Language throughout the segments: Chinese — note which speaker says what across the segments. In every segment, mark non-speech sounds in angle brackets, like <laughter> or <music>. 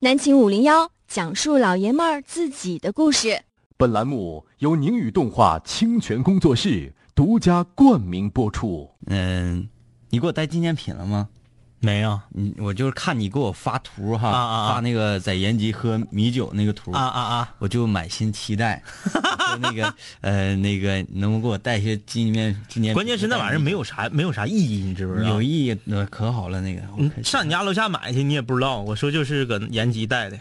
Speaker 1: 南秦五零幺讲述老爷们儿自己的故事。
Speaker 2: 本栏目由宁宇动画清泉工作室独家冠名播出。
Speaker 3: 嗯，你给我带纪念品了吗？
Speaker 4: 没有啊
Speaker 3: 你我就是看你给我发图哈，
Speaker 4: 啊啊啊
Speaker 3: 发那个在延吉喝米酒那个图
Speaker 4: 啊啊！
Speaker 3: 我就满心期
Speaker 4: <laughs>
Speaker 3: 待。就那个呃，那个能不能给我带一些纪念纪念品？
Speaker 4: 关键是那玩意儿没有啥没有啥意义，你知不知道？
Speaker 3: 有意义，呃可好了那个。我
Speaker 4: 你
Speaker 3: 看
Speaker 4: 上你家楼下买去，你也不知道。我说就是搁延吉带的，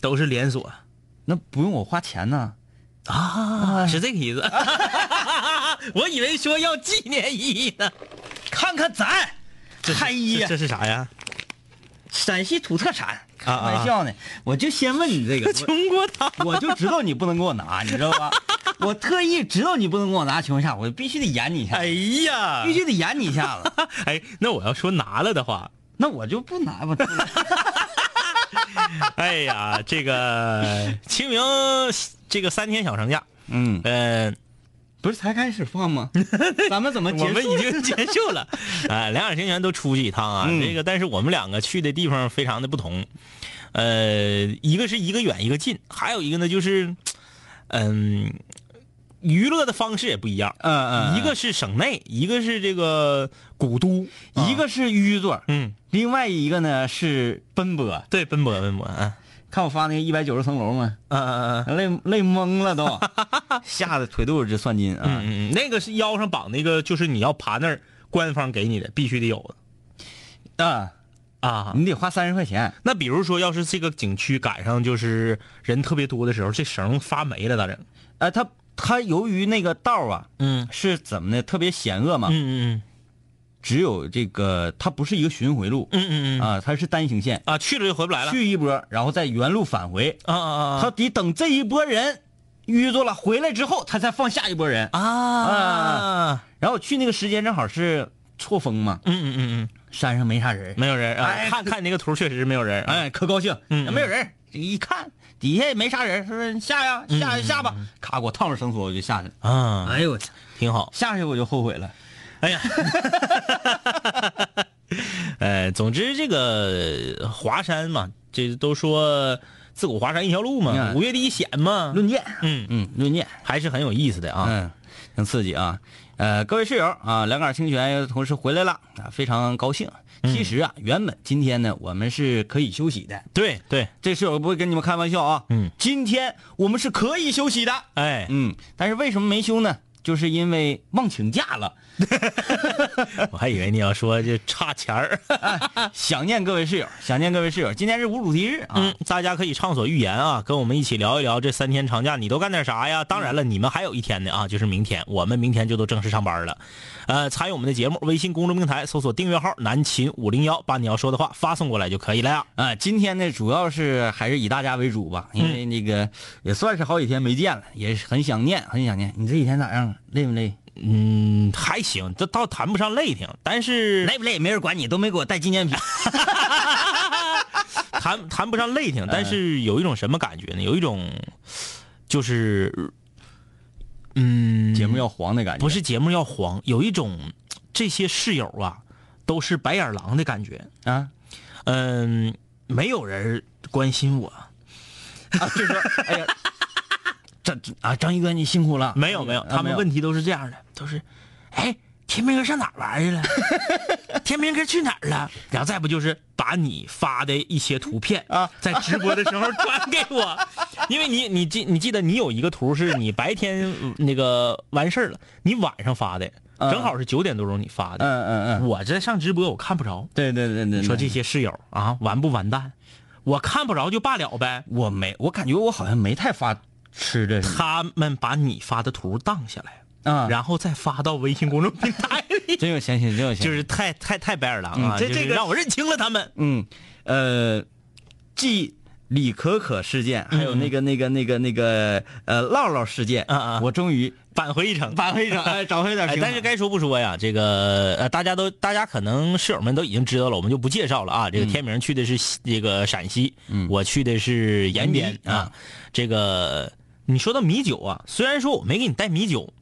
Speaker 4: 都是连锁
Speaker 3: 那不用我花钱呢。
Speaker 4: 啊，是这个意思。 <laughs> 我以为说要纪念意义呢。
Speaker 3: 看看咱，嗨呀
Speaker 4: 这，是啥呀？
Speaker 3: 陕西土特产，开
Speaker 4: 啊啊
Speaker 3: 玩笑呢。我就先问你这
Speaker 4: <laughs>
Speaker 3: 个，我
Speaker 4: 中国糖。
Speaker 3: 我就知道你不能给我拿，你知道
Speaker 4: <laughs>
Speaker 3: 吧？我特意知道你不能给我拿的情况下，我必须得演你一下，
Speaker 4: 哎呀
Speaker 3: 必，须得演你一下
Speaker 4: <laughs>
Speaker 3: 子。
Speaker 4: 哎，那我要说拿了的话，
Speaker 3: 那我就不拿
Speaker 4: <laughs>
Speaker 3: 吧。
Speaker 4: 哎呀，这个 <laughs> 清明这个三天小长假，
Speaker 3: 嗯，
Speaker 4: 嗯、
Speaker 3: 不是才开始放
Speaker 4: <laughs>
Speaker 3: 吗？咱们怎么
Speaker 4: 我
Speaker 3: 结
Speaker 4: 们
Speaker 3: 束
Speaker 4: 已？经结束了，啊，两耳清泉都出去一趟啊。
Speaker 3: 嗯
Speaker 4: 这个，但是我们两个去的地方非常的不同，呃，一个是一个远一个近，还有一个呢就是，嗯、娱乐的方式也不一样。
Speaker 3: 嗯嗯，
Speaker 4: 一个是省内，一个是这个古都，
Speaker 3: 一个是淤座，
Speaker 4: 嗯，
Speaker 3: 另外一个呢是奔波。
Speaker 4: 对，奔波奔波啊，
Speaker 3: 看我发那个一百九十层楼吗？
Speaker 4: 嗯嗯嗯
Speaker 3: 累累懵了
Speaker 4: <laughs>
Speaker 3: 都，吓得腿都有直窜筋啊！
Speaker 4: 嗯嗯，那个是腰上绑那个，就是你要爬那儿，官方给你的，必须得有的
Speaker 3: 啊，
Speaker 4: 啊。
Speaker 3: 你得花三十块钱。
Speaker 4: 那比如说，要是这个景区赶上就是人特别多的时候，这绳发霉了咋整？
Speaker 3: 呃，它它由于那个道啊
Speaker 4: 嗯
Speaker 3: 是怎么的，特别险恶嘛，
Speaker 4: 嗯嗯
Speaker 3: 只有这个它不是一个巡回路
Speaker 4: 嗯嗯嗯嗯
Speaker 3: 啊，它是单行线，
Speaker 4: 啊，去了就回不来了。
Speaker 3: 去一波，然后再原路返回，
Speaker 4: 啊啊
Speaker 3: 它得等这一波人淤住了，回来之后，它才放下一波人。
Speaker 4: 啊啊！
Speaker 3: 然后去那个时间正好是错峰嘛，
Speaker 4: 嗯嗯嗯
Speaker 3: 山上没啥人
Speaker 4: 嗯，，没有人啊
Speaker 3: 哎，
Speaker 4: 看看你那个图，确实是没有人。哎，
Speaker 3: 哎，可高兴，
Speaker 4: 嗯嗯
Speaker 3: 没有人，一看底下也没啥人，说你下呀下呀下吧，咔嗯给我烫着绳索我就下去了，
Speaker 4: 啊，
Speaker 3: 哎呦我去，
Speaker 4: 挺好。
Speaker 3: 下去我就后悔了，
Speaker 4: 哎呀，哎，总之这个华山嘛，这都说自古华山一条路嘛，
Speaker 3: 嗯
Speaker 4: 五岳第一险嘛，
Speaker 3: 论剑，
Speaker 4: 嗯，
Speaker 3: 嗯，论剑。
Speaker 4: 还是很有意思的啊。
Speaker 3: 嗯，挺刺激啊。呃，各位室友啊，两杆清泉有同事回来了啊，非常高兴。其实啊，原本今天呢，我们是可以休息的。
Speaker 4: 对对，
Speaker 3: 这室友不会跟你们开玩笑啊。
Speaker 4: 嗯，
Speaker 3: 今天我们是可以休息的。
Speaker 4: 哎，
Speaker 3: 嗯，但是为什么没休呢？就是因为忘请假了，
Speaker 4: 我还以为你要说就差钱儿。啊
Speaker 3: 想念各位室友，想念各位室友。今天是无主题日啊，
Speaker 4: 嗯， <laughs> 大家可以畅所欲言啊，跟我们一起聊一聊这三天长假你都干点啥呀？当然了，你们还有一天呢啊，就是明天，我们明天就都正式上班了。呃，参与我们的节目，微信公众平台搜索订阅号“南秦五零幺”，把你要说的话发送过来就可以了呀。
Speaker 3: 啊，今天呢，主要是还是以大家为主吧，因
Speaker 4: 嗯
Speaker 3: 为那个也算是好几天没见了，也是很想念，很想念。你这几天咋样啊？累不累？
Speaker 4: 嗯，还行，这倒谈不上累挺，但是
Speaker 3: 累不累？没人管你，都没给我带纪念品。
Speaker 4: 谈谈不上累挺，但是有一种什么感觉呢？有一种就是，嗯，
Speaker 3: 节目要黄的感觉，
Speaker 4: 不是节目要黄，有一种这些室友啊都是白眼狼的感觉。
Speaker 3: 啊？
Speaker 4: 嗯，没有人关心我，
Speaker 3: 啊，就是说，哎呀，张啊，张一哥你辛苦了。
Speaker 4: 没有没有，
Speaker 3: 啊
Speaker 4: 他们问题都是这样的，都是，哎，天明哥上哪儿玩去 <laughs> 了？天明哥去哪儿了？然后再不就是把你发的一些图片
Speaker 3: 啊，
Speaker 4: 在直播的时候转给 <laughs> 我，因为你你记你记得你有一个图是你白天呃那个完事儿了，你晚上发的，
Speaker 3: 嗯
Speaker 4: 正好是九点多钟你发的，
Speaker 3: 嗯嗯嗯，
Speaker 4: 我这上直播我看不着，
Speaker 3: 对对对对，
Speaker 4: 你说这
Speaker 3: 对
Speaker 4: 些室友啊完不完蛋？我看不着就罢了呗。
Speaker 3: 我没，我感觉我好像没太发吃的什
Speaker 4: <laughs>
Speaker 3: 么
Speaker 4: 他们把你发的图荡下来，
Speaker 3: 啊，
Speaker 4: 然后再发到微信公众平台
Speaker 3: <laughs>
Speaker 4: 里，
Speaker 3: 真有钱钱，真有钱，
Speaker 4: 就是太太太白眼狼啊！
Speaker 3: 嗯这
Speaker 4: 就是
Speaker 3: 这个
Speaker 4: 让我认清了他们。
Speaker 3: 嗯呃，继李可可事件，还有那个那个那个那个呃唠唠事件，
Speaker 4: 嗯啊啊
Speaker 3: 我终于
Speaker 4: 返回一程，
Speaker 3: 挽回找找回点
Speaker 4: 哎，
Speaker 3: 平衡，
Speaker 4: 但是该说不说呀，这个呃，大家都大家可能室友们都已经知道了，我们就不介绍了啊。这
Speaker 3: 嗯
Speaker 4: 个天明去的是西这个陕西，我去的是延边
Speaker 3: 延边
Speaker 4: 啊。这个你说到米酒啊，虽然说我没给你带米酒，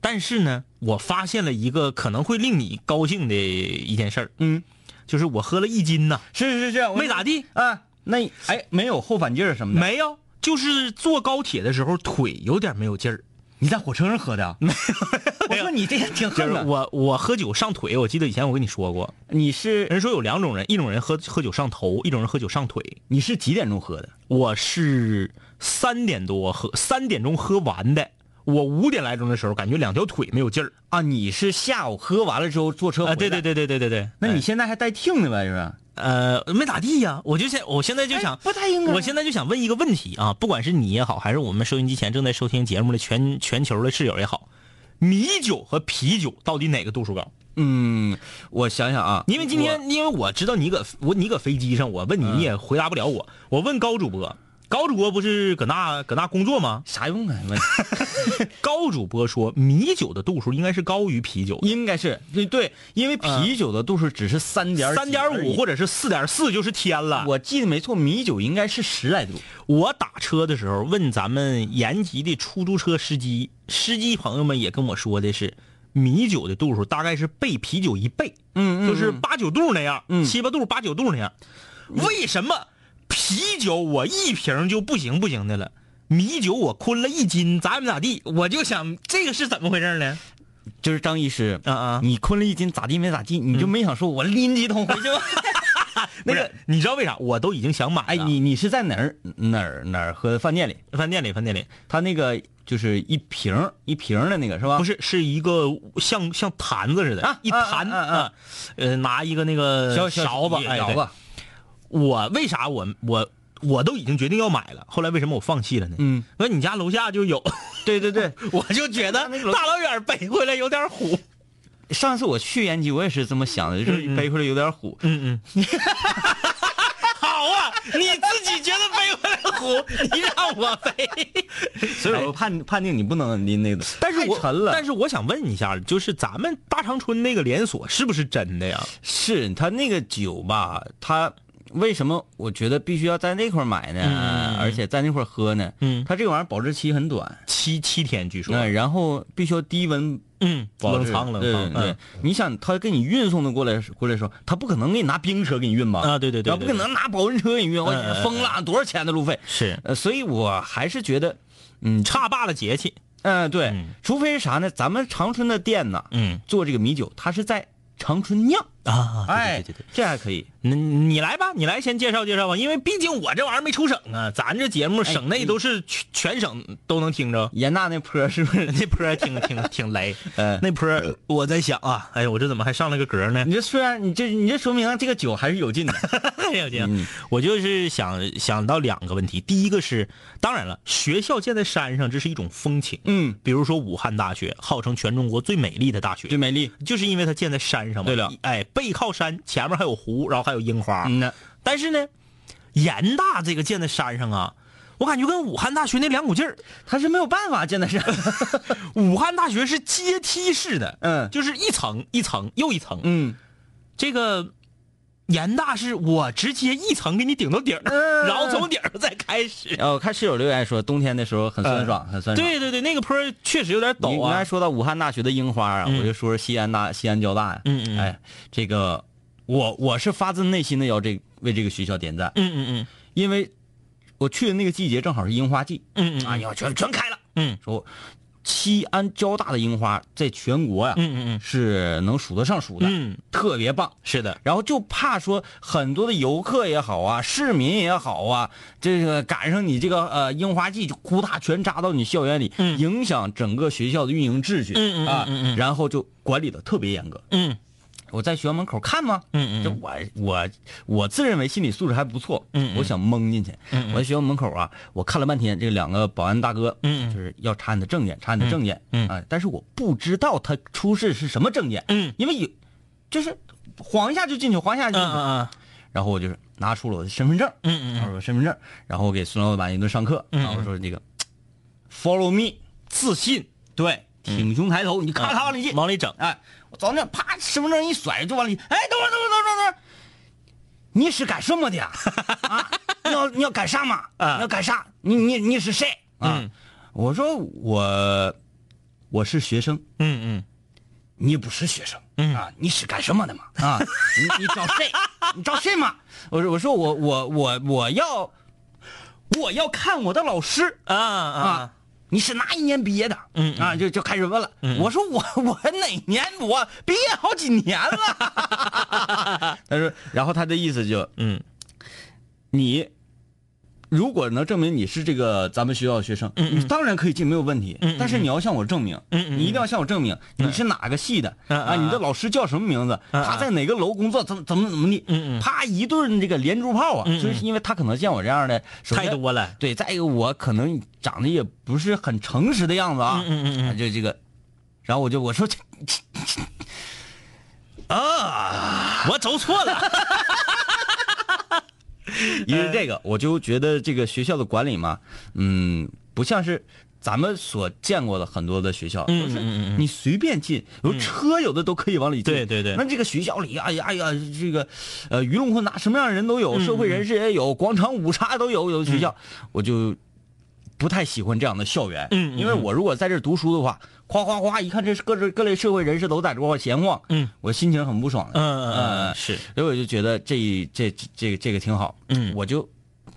Speaker 4: 但是呢，我发现了一个可能会令你高兴的一件事儿，
Speaker 3: 嗯，
Speaker 4: 就是我喝了一斤呐、
Speaker 3: 是是是，我
Speaker 4: 没咋地
Speaker 3: 啊，那哎，没有后反劲儿什么的，
Speaker 4: 没有，就是坐高铁的时候腿有点没有劲儿。
Speaker 3: 你在火车上喝
Speaker 4: <laughs>
Speaker 3: 的？没有，我说你这挺
Speaker 4: 就
Speaker 3: 狠
Speaker 4: 是
Speaker 3: 的。
Speaker 4: 我我喝酒上腿，我记得以前我跟你说过，
Speaker 3: 你是
Speaker 4: 人说有两种人，一种人喝喝酒上头，一种人喝酒上腿。
Speaker 3: 你是几点钟喝的？
Speaker 4: 我是三点多喝，三点钟喝完的。我五点来钟的时候，感觉两条腿没有劲儿
Speaker 3: 啊，你是下午喝完了之后坐车回来？
Speaker 4: 啊！对对。哎对对对对对，
Speaker 3: 那你现在还带听的呗？是吧？
Speaker 4: 呃没咋地呀、我就现我现在就想、
Speaker 3: 哎不太应该
Speaker 4: 我现在就想问一个问题啊，不管是你也好，还是我们收音机前正在收听节目的全全球的室友也好，米酒和啤酒到底哪个度数高？
Speaker 3: 嗯，我想想啊，
Speaker 4: 因为今天，因为我知道你搁我你搁飞机上，我问你你也回答不了我。我问高主播，高主播不是搁那搁那工作吗
Speaker 3: 我？啥用啊？ <laughs> 问
Speaker 4: 高主播说米酒的度数应该是高于啤酒的，
Speaker 3: 应该是对对，因为啤酒的度数只是三点
Speaker 4: 三点五或者是啊四点四就是天了。
Speaker 3: 我记得没错，米酒应该是十来度。
Speaker 4: 我打车的时候问咱们延吉的出租车司机，司机朋友们也跟我说的是，米酒的度数大概是被啤酒一倍，嗯，就是八九度那样，
Speaker 3: 嗯
Speaker 4: 七八度八九度那样。为什么啤酒我一瓶就不行不行的了？米酒我坤了一斤，咋也没咋地，我就想这个是怎么回事呢？
Speaker 3: 就是张医师，
Speaker 4: 啊啊
Speaker 3: 你坤了一斤咋地没咋地，你就没想说我拎几桶回
Speaker 4: <laughs>
Speaker 3: 去吗？那
Speaker 4: 那
Speaker 3: 个
Speaker 4: 个，你知道为啥？我都已经想买了。
Speaker 3: 哎，你你是在哪儿哪儿哪儿喝的饭店里？
Speaker 4: 饭店里，饭店里
Speaker 3: 他那个就是一瓶儿一瓶儿的那个是吧？
Speaker 4: 不是是一个像像坛子似的，
Speaker 3: 啊
Speaker 4: 一
Speaker 3: 啊
Speaker 4: 坛
Speaker 3: 啊啊啊
Speaker 4: 呃，拿一个那个
Speaker 3: 小小
Speaker 4: 勺子，哎，
Speaker 3: 勺
Speaker 4: 对
Speaker 3: 子。
Speaker 4: 我为啥我我我都已经决定要买了，后来为什么我放弃了呢？
Speaker 3: 嗯，
Speaker 4: 那你家楼下就有，
Speaker 3: 对对对，
Speaker 4: <laughs> 我就觉得大老远背回来有点虎。
Speaker 3: 上次我去延吉，我也是这么想的，就是背回来有点虎。
Speaker 4: 嗯嗯， <laughs> 好啊，你自己觉得背回来 <laughs> 虎，你让我背。
Speaker 3: 所以我判判定你不能拎那个，
Speaker 4: 哎但是我
Speaker 3: 太沉了。
Speaker 4: 但是我想问一下，就是咱们大长春那个连锁是不是真的呀？
Speaker 3: 是他那个酒吧，他为什么我觉得必须要在那块儿买呢？
Speaker 4: 嗯
Speaker 3: 而且在那块儿喝呢？
Speaker 4: 嗯
Speaker 3: 他这个玩意儿保质期很短，
Speaker 4: 七七天据说
Speaker 3: 那、，然后必须要低温
Speaker 4: 嗯，
Speaker 3: 保
Speaker 4: 冷
Speaker 3: 质
Speaker 4: 藏冷
Speaker 3: 对
Speaker 4: 藏，
Speaker 3: 对对
Speaker 4: 嗯，
Speaker 3: 你想他给你运送的过来过来的时候，他不可能给你拿冰车给你运吧？
Speaker 4: 啊对对对
Speaker 3: 嗯
Speaker 4: 对
Speaker 3: 然后不可能拿保温车给你运，我
Speaker 4: 嗯嗯嗯
Speaker 3: 疯了，多少钱的路费？
Speaker 4: 是
Speaker 3: 呃，所以我还是觉得，嗯，
Speaker 4: 差罢了节气，
Speaker 3: 嗯、对，
Speaker 4: 嗯
Speaker 3: 除非是啥呢？咱们长春的店呢，
Speaker 4: 嗯
Speaker 3: 做这个米酒，它是在长春酿，
Speaker 4: 啊，
Speaker 3: 哎，
Speaker 4: 对对对对对。
Speaker 3: 这还可以。
Speaker 4: 那你来吧，你来先介绍介绍吧，因为毕竟我这玩意儿没出省啊，咱这节目省
Speaker 3: 哎
Speaker 4: 内都是全全省都能听着。
Speaker 3: 严大那坡是不是？
Speaker 4: <laughs> 那波儿挺挺挺雷，
Speaker 3: 嗯
Speaker 4: 那波儿我在想啊，哎呀，我这怎么还上了个格呢？ <laughs>
Speaker 3: 你这虽然你这你这说明这个酒还是有劲 <laughs> 的。
Speaker 4: 哎呀，姐，
Speaker 3: 嗯
Speaker 4: 我就是想想到两个问题，第一个是，当然了，学校建在山上，这是一种风情，
Speaker 3: 嗯，
Speaker 4: 比如说武汉大学，号称全中国最美丽的大学，
Speaker 3: 对，美丽。
Speaker 4: 就是因为它建在山上嘛。
Speaker 3: 对了，
Speaker 4: 哎，背靠山，前面还有湖，然后还有樱花。
Speaker 3: 嗯呐，
Speaker 4: 但是呢，盐大这个建在山上啊，我感觉跟武汉大学那两股劲儿。
Speaker 3: 他是没有办法建在这儿。
Speaker 4: 武汉大学是阶梯式的，
Speaker 3: 嗯
Speaker 4: 就是一层一层又一层。
Speaker 3: 嗯，
Speaker 4: 这个盐大是我直接一层给你顶到顶儿，
Speaker 3: 嗯
Speaker 4: 然后从顶儿再开始。
Speaker 3: 然后看室友留言说，冬天的时候很酸爽，很酸爽。
Speaker 4: 对对对，那个坡儿确实有点
Speaker 3: 嗯你
Speaker 4: 陡
Speaker 3: 刚才
Speaker 4: 啊。
Speaker 3: 说到武汉大学的樱花啊，
Speaker 4: 嗯
Speaker 3: 我就说说西安大西安交大呀、
Speaker 4: 嗯嗯嗯
Speaker 3: 哎，这个我我是发自内心的要这为这个学校点赞，
Speaker 4: 嗯嗯
Speaker 3: 因为我去的那个季节正好是樱花季，
Speaker 4: 嗯嗯嗯
Speaker 3: 哎呀，全全开了。
Speaker 4: 嗯
Speaker 3: 说西安交大的樱花在全国呀、
Speaker 4: 嗯嗯嗯，
Speaker 3: 是能数得上数的，
Speaker 4: 嗯
Speaker 3: 特别棒。
Speaker 4: 是的，
Speaker 3: 然后就怕说很多的游客也好啊，市民也好啊，这个赶上你这个呃樱花季就呼大全扎到你校园里，
Speaker 4: 嗯
Speaker 3: 影响整个学校的运营秩序、
Speaker 4: 嗯嗯
Speaker 3: 啊，
Speaker 4: 嗯嗯嗯
Speaker 3: 然后就管理的特别严格。
Speaker 4: 嗯
Speaker 3: 我在学校门口看嘛，
Speaker 4: 嗯嗯
Speaker 3: 这我我我自认为心理素质还不错，
Speaker 4: 嗯嗯
Speaker 3: 我想蒙进去。
Speaker 4: 嗯嗯
Speaker 3: 我在学校门口啊，我看了半天，这两个保安大哥，
Speaker 4: 嗯嗯
Speaker 3: 就是要查你的证件，查你的证件，
Speaker 4: 嗯嗯
Speaker 3: 啊，但是我不知道他出示是什么证件，
Speaker 4: 嗯，
Speaker 3: 因为有，就是晃一下就进去，晃一下
Speaker 4: 嗯
Speaker 3: 就进去，
Speaker 4: 嗯
Speaker 3: 然后我就是拿出了我的身份证，
Speaker 4: 嗯嗯
Speaker 3: 然后我身份证，然后我给孙老板一顿上课，然后我说这个 follow me，自信，对，挺胸抬头，你咔咔往里进
Speaker 4: 嗯，，往里整。
Speaker 3: 哎，我早那啪身份证一甩就往里，哎，等会儿等会儿等会儿等会儿，你是干什么的呀？ <laughs> 啊，你要你要干啥嘛？
Speaker 4: 啊
Speaker 3: 你要干啥？你你你是谁啊？
Speaker 4: 嗯
Speaker 3: 我说我我是学生，
Speaker 4: 嗯嗯
Speaker 3: 你不是学生，啊，你是干什么的嘛？啊，你你找谁？你找谁骂？我说我说我我我我要我要看我的老师
Speaker 4: 啊啊
Speaker 3: 啊，你是哪一年毕业的？
Speaker 4: 嗯嗯嗯
Speaker 3: 啊，就就开始问了。我说我我哪年我毕业好几年了。
Speaker 4: <laughs>
Speaker 3: 他说，然后他的意思就
Speaker 4: 嗯
Speaker 3: 你如果能证明你是这个咱们学校的学生，
Speaker 4: 嗯
Speaker 3: 你当然可以进，没有问题。但是你要向我证明，你一定要向我证明你是哪个系的、
Speaker 4: 嗯
Speaker 3: 啊，
Speaker 4: 嗯
Speaker 3: 你的老师叫什么名字，
Speaker 4: 嗯
Speaker 3: 他在哪个楼工作，怎么怎么怎么地，
Speaker 4: 嗯嗯嗯
Speaker 3: 啪一顿这个连珠炮啊，就是因为他可能像我这样的首先
Speaker 4: 太多了
Speaker 3: 对，再一个我可能长得也不是很诚实的样子啊，
Speaker 4: 嗯嗯嗯
Speaker 3: 啊就这个，然后我就我说这这这
Speaker 4: 我走错了，
Speaker 3: 因为这个，我就觉得这个学校的管理嘛，嗯，不像是咱们所见过的很多的学校，
Speaker 4: 嗯
Speaker 3: 都是
Speaker 4: 嗯嗯嗯嗯
Speaker 3: 你随便进，有车有的都可以往里进，
Speaker 4: 对对对
Speaker 3: 那这个学校里，哎呀哎呀，这个呃鱼龙混杂，什么样的人都
Speaker 4: 嗯
Speaker 3: 有，社会人士也有，广场舞啥都有，有的学校、我就。不太喜欢这样的校园，
Speaker 4: 嗯嗯
Speaker 3: 因为我如果在这儿读书的话，哗哗哗，一看这各各类社会人士都在这块闲晃，
Speaker 4: 嗯，
Speaker 3: 我心情很不爽的，
Speaker 4: 嗯嗯
Speaker 3: 呃
Speaker 4: 是，
Speaker 3: 所以我就觉得这这这这个这个挺好。
Speaker 4: 嗯
Speaker 3: 我就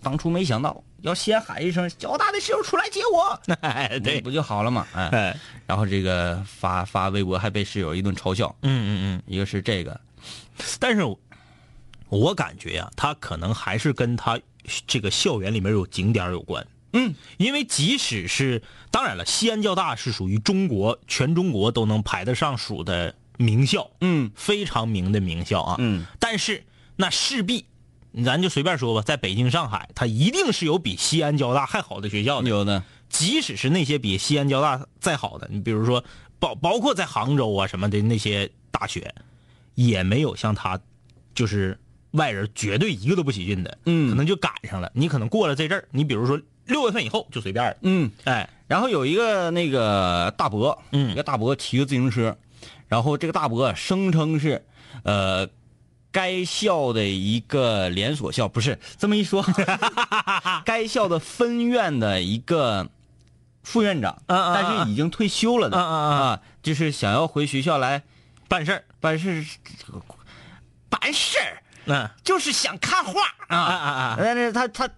Speaker 3: 当初没想到要先喊一声“交大的室友出来接我
Speaker 4: <laughs> 哎”，
Speaker 3: 这
Speaker 4: 对，
Speaker 3: 不就好了嘛？哎，
Speaker 4: 哎
Speaker 3: 然后这个发发微博还被室友一顿嘲笑，
Speaker 4: 嗯嗯
Speaker 3: 一个是这个，
Speaker 4: 嗯，但是我我感觉呀、他可能还是跟他这个校园里面有景点有关。
Speaker 3: 嗯，
Speaker 4: 因为即使是当然了，西安交大是属于中国全中国都能排得上数的名校，
Speaker 3: 嗯
Speaker 4: 非常名的名校啊。
Speaker 3: 嗯，
Speaker 4: 但是那势必，咱就随便说吧，在北京、上海，它一定是有比西安交大还好的学校的。
Speaker 3: 有的，
Speaker 4: 即使是那些比西安交大再好的，你比如说包包括在杭州啊什么的那些大学，也没有像他，就是外人绝对一个都不起进的。
Speaker 3: 嗯
Speaker 4: 可能就赶上了。你可能过了这阵儿，你比如说六月份以后就随便了。
Speaker 3: 嗯。
Speaker 4: 哎，
Speaker 3: 然后有一个那个大伯，
Speaker 4: 嗯
Speaker 3: 一个大伯骑个自行车，然后这个大伯啊声称是，呃，该校的一个连锁校，不是这么一说， <laughs> 该校的分院的一个副院长，
Speaker 4: 嗯嗯嗯
Speaker 3: 但是已经退休了的，
Speaker 4: 嗯嗯嗯
Speaker 3: 啊，就是想要回学校来
Speaker 4: 办事儿，
Speaker 3: 办事，这个办事儿
Speaker 4: 嗯啊
Speaker 3: 就是想看画
Speaker 4: 啊
Speaker 3: 啊，
Speaker 4: 啊，
Speaker 3: 但是他他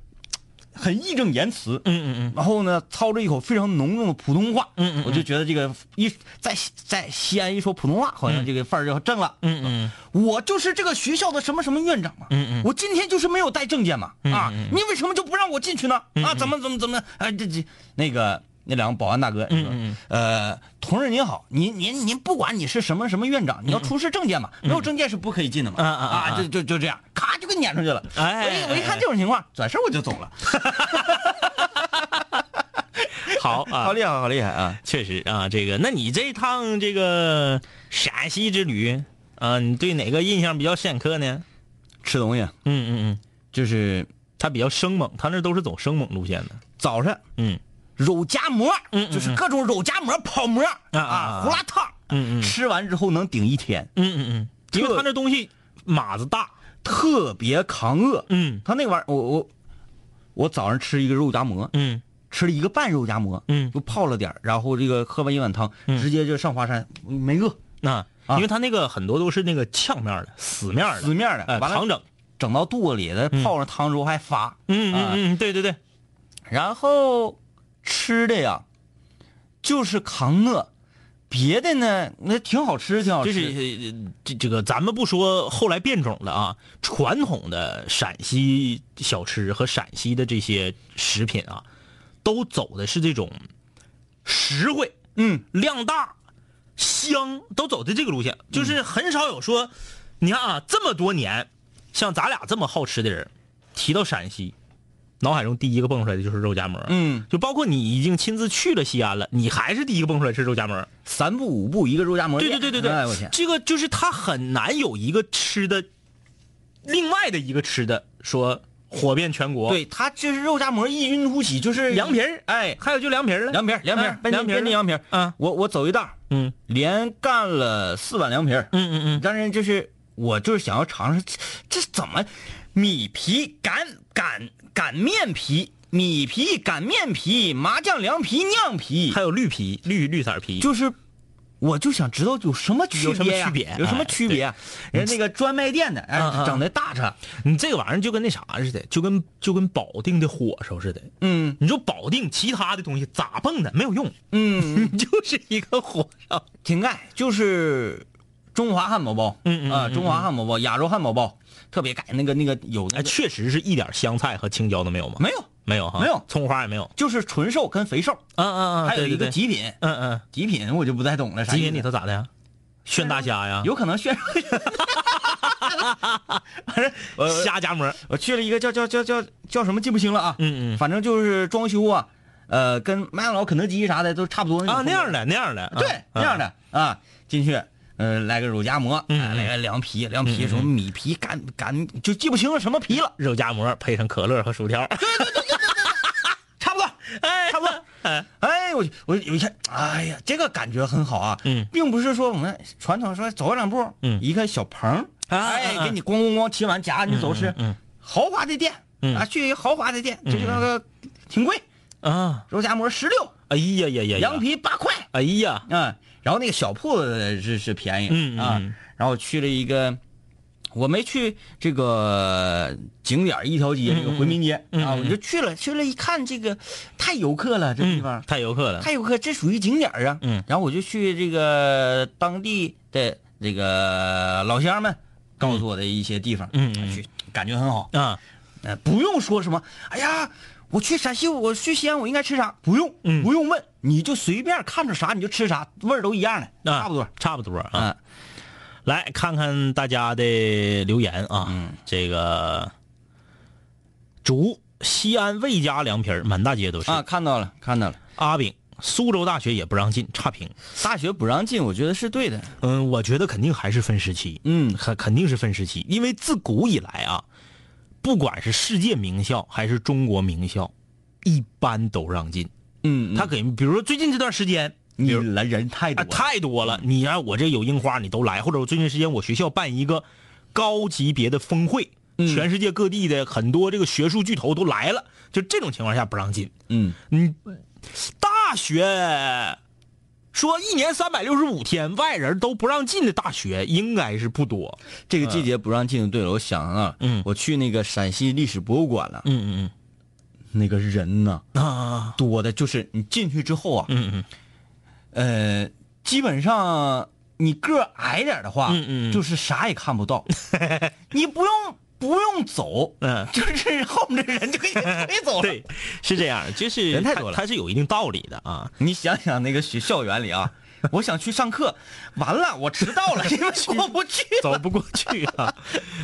Speaker 3: 很义正言辞，
Speaker 4: 嗯嗯嗯
Speaker 3: 然后呢，操着一口非常浓重的普通话，
Speaker 4: 嗯嗯嗯
Speaker 3: 我就觉得这个一在在西安一说普通话，好像这个范儿就正了。啊
Speaker 4: 嗯嗯
Speaker 3: 我就是这个学校的什么什么院长嘛，
Speaker 4: 嗯嗯嗯
Speaker 3: 我今天就是没有带证件嘛，啊，你为什么就不让我进去呢？啊，怎么怎么怎么？哎，这这那个那两个保安大哥，
Speaker 4: 嗯嗯
Speaker 3: 呃，同志您好，您您您不管你是什么什么院长，
Speaker 4: 嗯
Speaker 3: 你要出示证件嘛，没有证件是不可以进的嘛，
Speaker 4: 啊啊啊啊
Speaker 3: 啊，就就就这样，咔就给撵出去了。
Speaker 4: 哎
Speaker 3: 我一我一看这种情况，转身我就走了，
Speaker 4: 嗯，好啊
Speaker 3: 好。厉害，好厉害啊！
Speaker 4: 确实啊，这个，那你这趟这个陕西之旅啊，你对哪个印象比较深刻呢？
Speaker 3: 吃东西，
Speaker 4: 嗯嗯嗯，
Speaker 3: 就是
Speaker 4: 他比较生猛，他那都是走生猛路线的。
Speaker 3: 早上
Speaker 4: 嗯
Speaker 3: 肉夹馍，
Speaker 4: 嗯嗯
Speaker 3: 就是各种肉夹馍、泡馍
Speaker 4: 啊啊
Speaker 3: 胡辣汤，
Speaker 4: 嗯嗯
Speaker 3: 吃完之后能顶一天，
Speaker 4: 嗯嗯嗯，因为他那东西码子大。
Speaker 3: 特别扛饿。
Speaker 4: 嗯
Speaker 3: 他那个玩意儿，我我我早上吃一个肉夹馍，
Speaker 4: 嗯
Speaker 3: 吃了一个半肉夹馍，
Speaker 4: 嗯
Speaker 3: 就泡了点儿然后这个喝完一碗汤，直接就上华山，没饿，
Speaker 4: 那、
Speaker 3: 啊
Speaker 4: 因为他那个很多都是那个呛面的、死面的、
Speaker 3: 死面儿
Speaker 4: 哎
Speaker 3: 的，
Speaker 4: 嗯
Speaker 3: 完
Speaker 4: 糖
Speaker 3: 了
Speaker 4: 整。
Speaker 3: 整到肚子里，再泡上汤之后还发，
Speaker 4: 嗯嗯
Speaker 3: 啊
Speaker 4: 嗯，对对对，
Speaker 3: 然后吃的呀，就是扛饿，别的呢那挺好吃，挺好
Speaker 4: 就
Speaker 3: 吃，
Speaker 4: 是呃这这个咱们不说后来变种了啊，传统的陕西小吃和陕西的这些食品啊，都走的是这种实惠、
Speaker 3: 嗯
Speaker 4: 量大、香，都走的这个路线，就是很少有说，你看啊，这么多年，像咱俩这么好吃的人，提到陕西，脑海中第一个蹦出来的就是肉夹馍，
Speaker 3: 嗯。
Speaker 4: 就包括你已经亲自去了西安了，你还是第一个蹦出来吃肉夹馍。
Speaker 3: 三步五步一个肉夹馍
Speaker 4: 对
Speaker 3: 店。
Speaker 4: 对对对对，
Speaker 3: 哎我天，
Speaker 4: 这个就是他很难有一个吃的，另外的一个吃的说火遍全国。，
Speaker 3: 对它就是肉夹馍异军突起，就是
Speaker 4: 凉皮儿，
Speaker 3: 哎，
Speaker 4: 还有就凉皮儿了，
Speaker 3: 凉皮儿凉皮
Speaker 4: 哎
Speaker 3: 儿
Speaker 4: 凉皮儿
Speaker 3: 边
Speaker 4: 了
Speaker 3: 凉皮儿，
Speaker 4: 啊，
Speaker 3: 我我走一道，
Speaker 4: 嗯
Speaker 3: 连干了四碗凉皮儿，
Speaker 4: 嗯嗯
Speaker 3: 但是就是我就是想要尝尝这这怎么米皮擀擀擀面皮，米皮擀面皮，麻酱凉皮酿皮
Speaker 4: 嗯，还，有绿皮，绿绿色儿皮，
Speaker 3: 就是我就想知道有什么区
Speaker 4: 有什么
Speaker 3: 别呀
Speaker 4: 区别
Speaker 3: 有什么
Speaker 4: 哎
Speaker 3: 区别？啊人那个专卖店的，哎
Speaker 4: 嗯嗯，
Speaker 3: 整的大叉，
Speaker 4: 你这个玩意儿就跟那啥似的，就跟就跟保定的火烧似的。
Speaker 3: 嗯
Speaker 4: 你说保定其他的东西咋蹦的没有用，
Speaker 3: 嗯，
Speaker 4: 你 <laughs> 就是一个火烧。
Speaker 3: 挺盖就是中华汉堡包，
Speaker 4: 嗯嗯
Speaker 3: 啊，
Speaker 4: 嗯
Speaker 3: 中华汉堡包、亚洲汉堡包，特别盖，那个那个有那
Speaker 4: 哎，
Speaker 3: 个
Speaker 4: 确实是一点香菜和青椒都没有吗？
Speaker 3: 没有，
Speaker 4: 没有哈，
Speaker 3: 没有
Speaker 4: 葱花也没有。
Speaker 3: 就是纯瘦跟肥瘦，
Speaker 4: 嗯嗯嗯，
Speaker 3: 还有一个
Speaker 4: 对对对
Speaker 3: 极品，
Speaker 4: 嗯嗯，
Speaker 3: 极品我就不太懂了，啥
Speaker 4: 极
Speaker 3: 意
Speaker 4: 品里
Speaker 3: 思？
Speaker 4: 头咋的呀？炫大虾呀，
Speaker 3: 有可能炫。反正
Speaker 4: 虾夹
Speaker 3: <laughs>
Speaker 4: 馍。
Speaker 3: 我我去了一个叫叫叫叫叫什么记不清了啊，
Speaker 4: 嗯嗯
Speaker 3: 反正就是装修啊，呃，跟麦当劳、肯德基啥的都差不多
Speaker 4: 啊，那样
Speaker 3: 的。
Speaker 4: 的那样的，啊
Speaker 3: 对，那样。的啊，进去，呃，来个肉夹馍，
Speaker 4: 嗯
Speaker 3: 哎来个凉皮，凉皮什么米皮、擀擀，就记不清了什么皮了，
Speaker 4: 肉夹馍配上可乐和薯 <laughs> 条，
Speaker 3: 差不多，
Speaker 4: 哎，
Speaker 3: 差不多。
Speaker 4: 哎，
Speaker 3: 哎，我我我一看，哎呀，这个感觉很好啊，
Speaker 4: 嗯
Speaker 3: 并不是说我们传统说走两步，
Speaker 4: 嗯
Speaker 3: 一个小棚，
Speaker 4: 啊啊
Speaker 3: 哎，
Speaker 4: 啊
Speaker 3: 给你咣咣咣提完夹，你走吃，
Speaker 4: 嗯
Speaker 3: 豪华的店，
Speaker 4: 嗯
Speaker 3: 啊，去豪华的店，就是那个挺贵，
Speaker 4: 啊，
Speaker 3: 肉夹馍十六，
Speaker 4: 哎呀呀呀，
Speaker 3: 羊，皮八块，
Speaker 4: 哎呀，
Speaker 3: 嗯，然后那个小铺子是是便宜，
Speaker 4: 嗯嗯
Speaker 3: 啊
Speaker 4: 嗯，
Speaker 3: 然后去了一个，我没去这个景点一条街，这个回民街
Speaker 4: 嗯
Speaker 3: 啊，
Speaker 4: 嗯
Speaker 3: 我就去了，去了一看这个太游客了，这地方
Speaker 4: 嗯，太游客了，
Speaker 3: 太游客，这属于景点啊，
Speaker 4: 嗯，
Speaker 3: 然后我就去这个当地的这个老乡们告诉我的一些地方，
Speaker 4: 嗯嗯嗯
Speaker 3: 去感觉很好，
Speaker 4: 啊，
Speaker 3: 呃，不用说什么，哎呀，我去陕西，我去西安，我应该吃啥？不用，
Speaker 4: 嗯
Speaker 3: 不用问，你就随便看着啥你就吃啥，味儿都一样的，
Speaker 4: 啊
Speaker 3: 差不多。
Speaker 4: 差不多啊。
Speaker 3: 嗯，
Speaker 4: 来看看大家的留言啊，
Speaker 3: 嗯
Speaker 4: 这个竹西安魏家凉皮儿满大街都是，
Speaker 3: 啊，看到了，看到了。
Speaker 4: 阿炳苏州大学也不让进，差评。
Speaker 3: 大学不让进，我觉得是对的。
Speaker 4: 嗯，我觉得肯定还是分时期，
Speaker 3: 嗯
Speaker 4: 肯肯定是分时期，因为自古以来啊，不管是世界名校还是中国名校，一般都让进。
Speaker 3: 嗯
Speaker 4: 他
Speaker 3: 他
Speaker 4: 给，比如说最近这段时间，
Speaker 3: 你
Speaker 4: 比如
Speaker 3: 来人太多
Speaker 4: 啊，
Speaker 3: 了，嗯
Speaker 4: 太多了。你让、我这有樱花，你都来。或者我最近时间，我学校办一个高级别的峰会，
Speaker 3: 嗯
Speaker 4: 全世界各地的很多这个学术巨头都来了。就这种情况下不让进。
Speaker 3: 嗯
Speaker 4: 你大学说一年三百六十五天外人都不让进的大学应该是不多。
Speaker 3: 这个季节不让进就对了。我想啊，
Speaker 4: 嗯
Speaker 3: 我去那个陕西历史博物馆了，
Speaker 4: 嗯
Speaker 3: 那个人呐
Speaker 4: 嗯嗯啊
Speaker 3: 多的，就是你进去之后啊，
Speaker 4: 嗯嗯
Speaker 3: 呃，基本上你个儿矮点儿的话，
Speaker 4: 嗯嗯嗯
Speaker 3: 就是啥也看不
Speaker 4: <laughs>
Speaker 3: 到，你不用不用走，
Speaker 4: 嗯
Speaker 3: 就是后面的 <laughs> 人就给你推走了。
Speaker 4: 对，是这样，就是
Speaker 3: 人太多了
Speaker 4: 它它是有一定道理的啊。
Speaker 3: 你想想那个学校园里
Speaker 4: <laughs>
Speaker 3: 啊，我想去上课，完了我迟到了，你们说不
Speaker 4: <laughs>
Speaker 3: 去。
Speaker 4: 走不过去
Speaker 3: <laughs>
Speaker 4: 啊。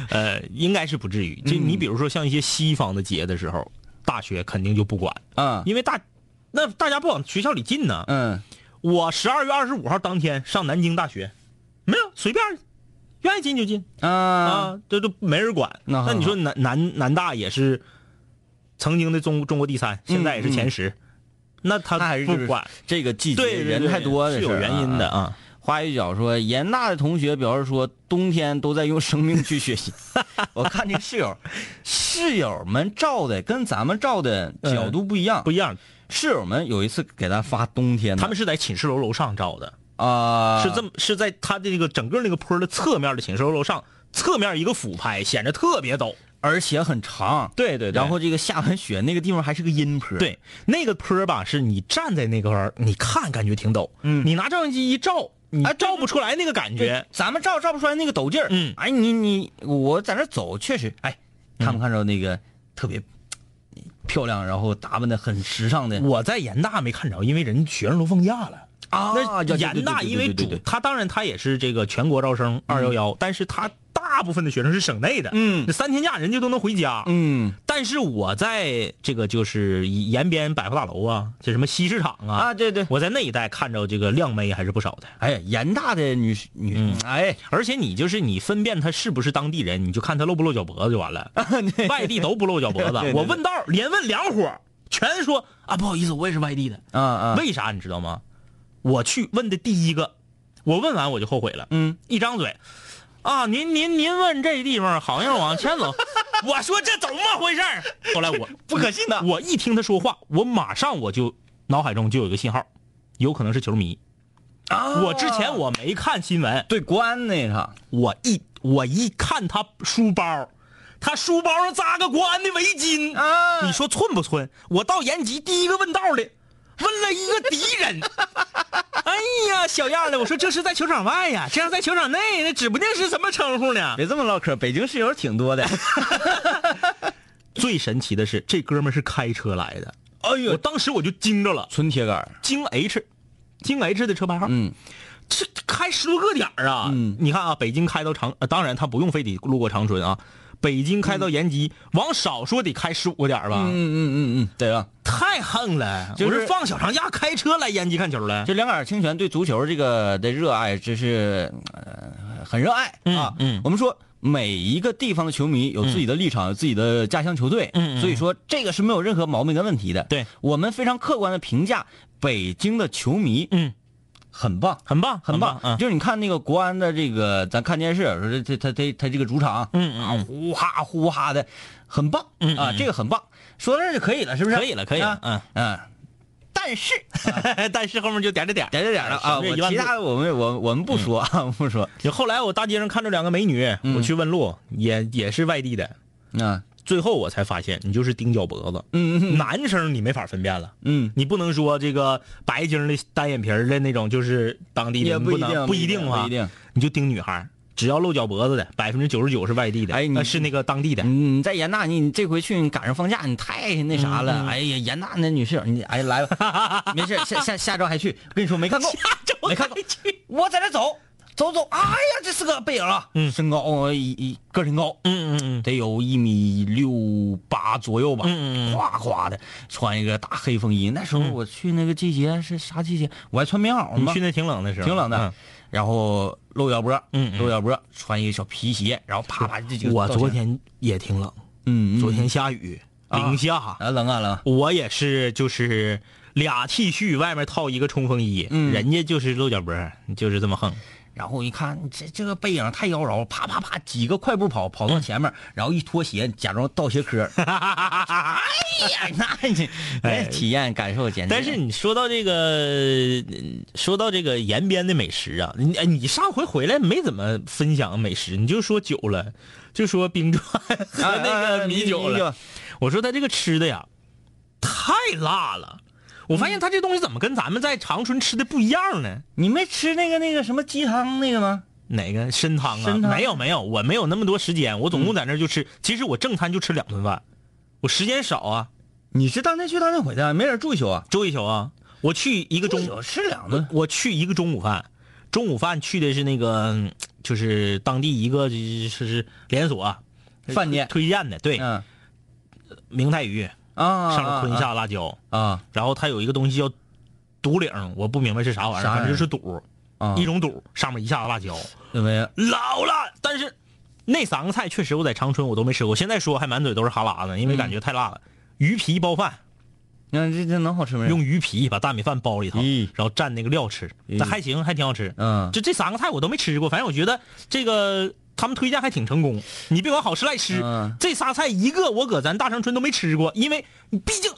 Speaker 4: 呃，应该是不至于。
Speaker 3: 嗯
Speaker 4: 就你比如说像一些西方的节的时候，大学肯定就不管，
Speaker 3: 嗯
Speaker 4: 因为大那大家不往学校里进呢。
Speaker 3: 嗯，
Speaker 4: 我十二月二十五号当天上南京大学，没有随便，愿意进就进
Speaker 3: 啊，
Speaker 4: 啊，这都没人管。
Speaker 3: 那很
Speaker 4: 那你说南南南大也是曾经的中中国第三，现在也是前十，那他
Speaker 3: 嗯他还是就
Speaker 4: 不
Speaker 3: 是
Speaker 4: 管。
Speaker 3: 这个季节
Speaker 4: 对，对
Speaker 3: 人
Speaker 4: 对
Speaker 3: 太多
Speaker 4: 是
Speaker 3: 这
Speaker 4: 有
Speaker 3: 事儿
Speaker 4: 原因的
Speaker 3: 啊。
Speaker 4: 啊。
Speaker 3: 花一角说，严大的同学表示说，冬天都在用生命去学
Speaker 4: <laughs>
Speaker 3: 习。我看这个室友，室友们照的跟咱们照的角度不一样。
Speaker 4: 啊不一样，
Speaker 3: 室友们有一次给咱发冬天的，
Speaker 4: 他们是在寝室楼楼上照的，
Speaker 3: 啊、
Speaker 4: 是这么是在它的这个整个那个坡的侧面的寝室楼楼上，侧面一个俯拍，显得特别陡。
Speaker 3: 而且很长。
Speaker 4: 对对然
Speaker 3: 然
Speaker 4: 后
Speaker 3: 后这个下完雪那个地方还是个阴坡。，
Speaker 4: 对那个坡吧，是你站在那块儿，你看感觉挺陡，嗯，你拿照相机一照，你
Speaker 3: 哎对
Speaker 4: 照不出来那个感觉。
Speaker 3: 咱们照照不出来那个抖劲儿。
Speaker 4: 嗯
Speaker 3: 哎，你你我在那儿走，确实，哎，看没看着那个特别漂亮，然后打扮的很时尚的
Speaker 4: 我在盐大没看着，因为人学生都放假了。
Speaker 3: 啊
Speaker 4: 那盐大因为主，它当然它也是这个全国招生二幺幺，但是它大部分的学生是省内的，
Speaker 3: 嗯
Speaker 4: 那三天假人家都能回家，
Speaker 3: 嗯
Speaker 4: 但是我在这个就是延边百货大楼啊，这什么西市场啊，
Speaker 3: 啊，对对，
Speaker 4: 我在那一带看着这个靓妹还是不少的。
Speaker 3: 哎呀，盐大的女女，哎，
Speaker 4: 而且你就是你分辨她是不是当地人，你就看她露不露脚脖子就
Speaker 3: <laughs>
Speaker 4: 完了。外地都不露脚脖子
Speaker 3: 对对，对
Speaker 4: 我问道儿连问两伙儿，全说啊不好意思，我也是外地的。
Speaker 3: 啊啊，
Speaker 4: 为啥你知道吗？我去问的第一个，我问完我就后悔了，
Speaker 3: 嗯，
Speaker 4: 一张嘴啊，您您您问这地方好像往前
Speaker 3: <laughs>
Speaker 4: 走，我说这怎么回事儿？后来我
Speaker 3: 不可
Speaker 4: <laughs>
Speaker 3: 信的
Speaker 4: 我一听他说话，我马上我就脑海中就有一个信号，有可能是球迷。我之前我没看新闻，
Speaker 3: 对关那场，
Speaker 4: 我一我一看他书包，他书包上扎个国安的围巾，
Speaker 3: 啊
Speaker 4: 你说寸不寸？我到延吉第一个问道的，问了一个敌 <laughs> 人。哎呀，小样的，我说这是在球场外呀，这要在球场内，那指不定是什么称呼呢。
Speaker 3: 别这么唠嗑，北京室友挺多 <laughs> 的。
Speaker 4: 最神奇的是，这哥们儿是开车来的，
Speaker 3: 哎
Speaker 4: 我，当时我就惊着了，
Speaker 3: 纯铁杆儿，
Speaker 4: 京 H，京 H 的车牌号，
Speaker 3: 嗯，
Speaker 4: 这开十多个点儿啊！
Speaker 3: 嗯
Speaker 4: 你看啊，北京开到长，呃当然他不用非得路过长春啊，北京开到延吉，往少说得开十五个点儿吧，
Speaker 3: 嗯嗯嗯嗯，对啊。
Speaker 4: 太横了！
Speaker 3: 就是
Speaker 4: 我是放小长假开车来延吉看球了，
Speaker 3: 就两杆清泉对足球这个的热爱，真是呃很热爱啊。
Speaker 4: 嗯嗯
Speaker 3: 我们说每一个地方的球迷有自己的立场，有自己的家乡球队，
Speaker 4: 嗯嗯嗯
Speaker 3: 所以说这个是没有任何毛病跟问题的。
Speaker 4: 对，
Speaker 3: 我们非常客观的评价北京的球迷，
Speaker 4: 嗯，
Speaker 3: 很棒。
Speaker 4: 很棒，
Speaker 3: 很棒，
Speaker 4: 嗯
Speaker 3: 就是你看那个国安的这个，咱看电视，说这这他他他这个主场，啊
Speaker 4: 嗯嗯
Speaker 3: 呼哈呼哈的，很棒
Speaker 4: 嗯
Speaker 3: 啊，
Speaker 4: 嗯
Speaker 3: 这个很棒，说到这儿就可以了，是不
Speaker 4: 嗯，
Speaker 3: 是？
Speaker 4: 可以了，可以了，
Speaker 3: 啊
Speaker 4: 嗯，
Speaker 3: 嗯，但是
Speaker 4: <laughs> 但是后面就点儿点儿点
Speaker 3: 点
Speaker 4: 儿
Speaker 3: 儿点儿了啊！
Speaker 4: 省略
Speaker 3: 我
Speaker 4: 一万
Speaker 3: 其
Speaker 4: 字
Speaker 3: 他的我们我我们不说啊，不说。
Speaker 4: 就后来我大街上看着两个美女，我去问路，也也是外地的，
Speaker 3: 啊，
Speaker 4: 最后我才发现你就是钉脚脖子，
Speaker 3: 嗯嗯
Speaker 4: 男生你没法分辨了。
Speaker 3: 嗯，
Speaker 4: 你不能说这个白晶的单眼皮儿的那种就是当地
Speaker 3: 也
Speaker 4: 人，
Speaker 3: 不一定
Speaker 4: 能不一定
Speaker 3: 不
Speaker 4: 啊
Speaker 3: 一，定。
Speaker 4: 你就盯女孩儿，只要露脚脖子的，百分之九十九是外地的，
Speaker 3: 哎你
Speaker 4: 呃是那个当地的。
Speaker 3: 嗯，你在严大，你你这回去你赶上放假，你太那啥
Speaker 4: 嗯
Speaker 3: 了。哎呀，严大那女室友，你哎来
Speaker 4: <laughs>
Speaker 3: 吧，没事，下下下周还去。我跟你说没看够，没看够。我在这走走走，哎呀，这是个背影啊，
Speaker 4: 嗯
Speaker 3: 身高一一个儿挺高，
Speaker 4: 嗯嗯嗯，
Speaker 3: 得有一米六八左右吧，
Speaker 4: 嗯嗯嗯
Speaker 3: 夸夸的，穿一个大黑风衣。那时候我去那个季节是啥季节？我还穿棉袄
Speaker 4: 你
Speaker 3: 呢
Speaker 4: 去，那挺冷的时候，
Speaker 3: 挺冷的。然后露腰脖，
Speaker 4: 嗯嗯嗯
Speaker 3: 露腰脖，穿一个小皮鞋，然后啪啪这几
Speaker 4: 嗯。
Speaker 3: 个。
Speaker 4: 我昨，天也挺冷，
Speaker 3: 嗯，嗯
Speaker 4: 昨天下雨，零下，
Speaker 3: 啊冷啊冷啊，
Speaker 4: 我也是就是俩 T 恤外面套一个冲锋衣，
Speaker 3: 嗯
Speaker 4: 人家就是露脚脖儿，就是这么横。
Speaker 3: 然后一看这这个背影太妖娆，啪啪啪几个快步跑，跑到前面，
Speaker 4: 嗯
Speaker 3: 然后一脱鞋，假装倒鞋
Speaker 4: <laughs>
Speaker 3: 壳。哎呀，那你那体验感受简直。
Speaker 4: 哎但是你说到这个，嗯说到这个延边的美食啊，你哎，你上回回来没怎么分享美食，你就说酒了，就说冰川和
Speaker 3: 啊
Speaker 4: 那
Speaker 3: 啊
Speaker 4: 个
Speaker 3: 啊
Speaker 4: 米酒
Speaker 3: 米
Speaker 4: 了。我说他这个吃的呀，太辣了。
Speaker 3: 嗯
Speaker 4: 我发现他这东西怎么跟咱们在长春吃的不一样呢？
Speaker 3: 你没吃那个那个什么鸡汤那个吗？
Speaker 4: 哪个参汤啊？
Speaker 3: 参汤嗯
Speaker 4: 没有没有，我没有那么多时间，我总共在那儿就吃。其实我正餐就吃两顿饭，我时间少啊，
Speaker 3: 你是当天去当天回的，没人住一宿啊？
Speaker 4: 周一宿啊，我去一个中
Speaker 3: 一宿吃两顿，
Speaker 4: 我去一个中午饭，中午饭去的是那个，嗯就是当地一个就是是连锁啊
Speaker 3: 饭店
Speaker 4: 推荐的，对，
Speaker 3: 嗯
Speaker 4: 明太鱼
Speaker 3: 啊，
Speaker 4: 上了
Speaker 3: 啊
Speaker 4: 坤下辣椒，
Speaker 3: 啊
Speaker 4: 然后它有一个东西叫肚领，我不明白是啥玩意
Speaker 3: 啥
Speaker 4: 儿，
Speaker 3: 玩意儿
Speaker 4: 反正就是肚，
Speaker 3: 啊，
Speaker 4: 一种肚上面一下辣椒，
Speaker 3: 有没有？
Speaker 4: 老了，但是那三个菜确实我在长春我都没吃过，现在说还满嘴都是哈喇子，因为感觉太辣了。鱼皮包饭，
Speaker 3: 你看这这能好吃没？
Speaker 4: 用鱼皮把大米饭包里头，
Speaker 3: 咦
Speaker 4: 然后蘸那个料吃，
Speaker 3: 咦
Speaker 4: 那还行，还挺好吃。
Speaker 3: 嗯，
Speaker 4: 就这三个菜我都没吃过，反正我觉得这个他们推荐还挺成功。你别管好吃赖吃，
Speaker 3: 嗯
Speaker 4: 这仨菜一个我搁咱大长春都没吃过，因为毕竟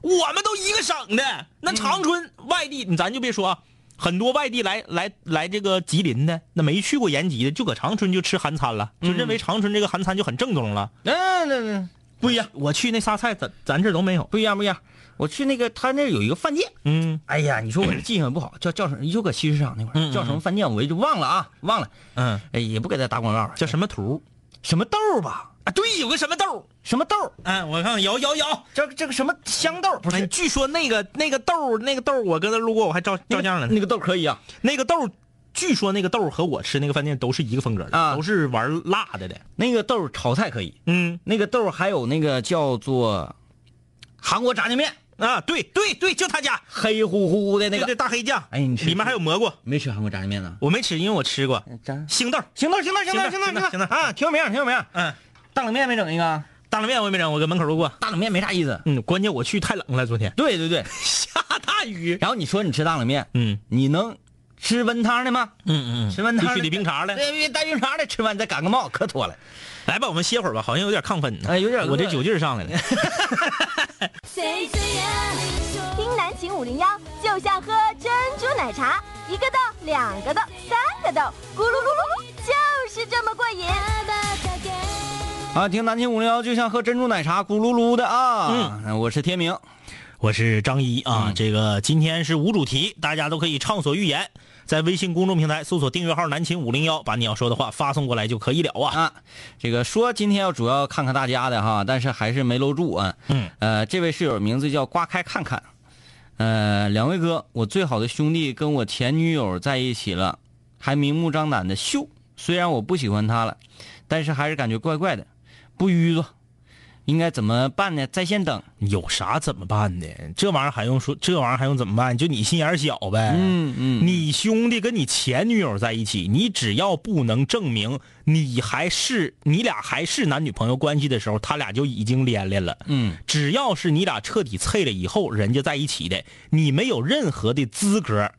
Speaker 4: 我们都一个省的，那长春、外地咱就别说啊。很多外地来来来这个吉林的，那没去过延吉的，就搁长春就吃韩餐了，就认为长春这个韩餐就很正宗了。
Speaker 3: 那那那不一样，
Speaker 4: 我去那仨菜咱咱这儿都没有。
Speaker 3: 不一样，不一样。我去那个他那有一个饭店，
Speaker 4: 嗯
Speaker 3: 哎呀，你说我这记性也不好，叫叫什么？就搁西市场那块
Speaker 4: 嗯
Speaker 3: 儿叫什么饭店，我也就忘了啊，忘了。
Speaker 4: 嗯，
Speaker 3: 哎，也不给他打广告啊，
Speaker 4: 叫什么图？
Speaker 3: 什么豆儿吧？
Speaker 4: 啊，对，有个什么豆？
Speaker 3: 什么豆儿？
Speaker 4: 哎，我看看摇摇摇。
Speaker 3: 这这个什么香豆儿？不
Speaker 4: 哎，
Speaker 3: 是
Speaker 4: 据说那个那个豆儿那个豆儿我跟他路过，我还照照相了呢。
Speaker 3: 那个豆儿可以啊。
Speaker 4: 那个豆儿，据说那个豆儿和我吃那个饭店都是一个风格的，
Speaker 3: 啊
Speaker 4: 都是玩辣的的。
Speaker 3: 那个豆儿炒菜可以，
Speaker 4: 嗯
Speaker 3: 那个豆儿还有那个叫做韩国炸酱面，
Speaker 4: 啊，对对对，就他家
Speaker 3: 黑乎乎的那
Speaker 4: 对对
Speaker 3: 个。
Speaker 4: 大黑酱，
Speaker 3: 哎你吃嗯
Speaker 4: 里面还有蘑菇，
Speaker 3: 没吃韩国炸酱面呢？
Speaker 4: 我没吃，因为我吃过
Speaker 3: 炸。
Speaker 4: 星豆儿。
Speaker 3: 行了行了行了行了
Speaker 4: 哎行了行了
Speaker 3: 啊，挺有名儿挺有名儿。
Speaker 4: 嗯，
Speaker 3: 大冷面没整一个，
Speaker 4: 大冷面我也没整，我搁门口路过。
Speaker 3: 大冷面没啥意思。
Speaker 4: 嗯，关键我去太冷了，昨
Speaker 3: <laughs>
Speaker 4: 天
Speaker 3: 对对对，
Speaker 4: 下大雨。
Speaker 3: 然后你说你吃大冷面，
Speaker 4: 嗯
Speaker 3: 你能吃温汤的吗？
Speaker 4: 嗯嗯，
Speaker 3: 吃完
Speaker 4: 必
Speaker 3: 汤
Speaker 4: 须得冰茶了。
Speaker 3: 对，别带冰茶的，吃完再感个冒，可妥了。
Speaker 4: 来吧，我们歇会儿吧，好像有点亢奋呢。
Speaker 3: 哎有点饿
Speaker 4: 我这酒劲儿上来了。
Speaker 5: 谁最呀？
Speaker 1: 冰蓝情五零幺就像喝珍珠奶茶，
Speaker 5: 一个豆、两个豆、三个豆，咕噜噜噜，就是这么过瘾。
Speaker 3: 啊，听南青五零幺就像喝珍珠奶茶，咕噜噜的啊。嗯，我是天明。
Speaker 4: 我是张一啊，这个今天是无主题，大家都可以畅所欲言，在微信公众平台搜索订阅号“南秦五零幺”，把你要说的话发送过来就可以了啊。
Speaker 3: 啊，这个说今天要主要看看大家的哈，但是还是没搂住啊。
Speaker 4: 嗯，
Speaker 3: 呃，这位室友名字叫刮开看看，呃，两位哥，我最好的兄弟跟我前女友在一起了，还明目张胆的秀，虽然我不喜欢她了，但是还是感觉怪怪的，不淤着，应该怎么办呢？在线等。
Speaker 4: 有啥怎么办的？这玩意儿还用说？这玩意儿还用怎么办？就你心眼儿小呗。
Speaker 3: 嗯嗯
Speaker 4: 你兄弟跟你前女友在一起，你只要不能证明你还是你俩还是男女朋友关系的时候，他俩就已经连连了。
Speaker 3: 嗯，
Speaker 4: 只要是你俩彻底脆了以后，人家在一起的，你没有任何的资格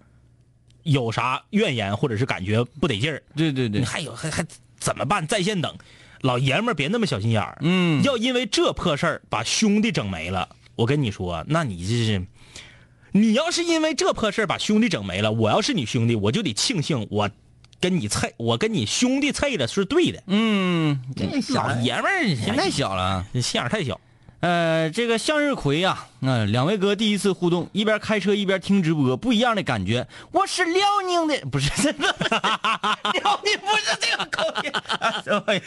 Speaker 4: 有啥怨言或者是感觉不得劲儿。
Speaker 3: 对对对
Speaker 4: 你，还有还还怎么办？在线等，老爷们儿别那么小心眼儿。
Speaker 3: 嗯
Speaker 4: 要因为这破事儿把兄弟整没了，我跟你说，那你这是，你要是因为这破事儿把兄弟整没了，我要是你兄弟，我就得庆幸我跟你菜，我跟你兄弟菜了是对的。
Speaker 3: 嗯，
Speaker 4: 老爷们儿，
Speaker 3: 心太小了啊。
Speaker 4: 心眼儿太小。
Speaker 3: 呃，这个向日葵呀、啊，那、两位哥第一次互动，一边开车一边听直播，不一样的感觉。我是辽宁的， <laughs> 不是辽宁，不是这个口音。 <laughs> 啊sorry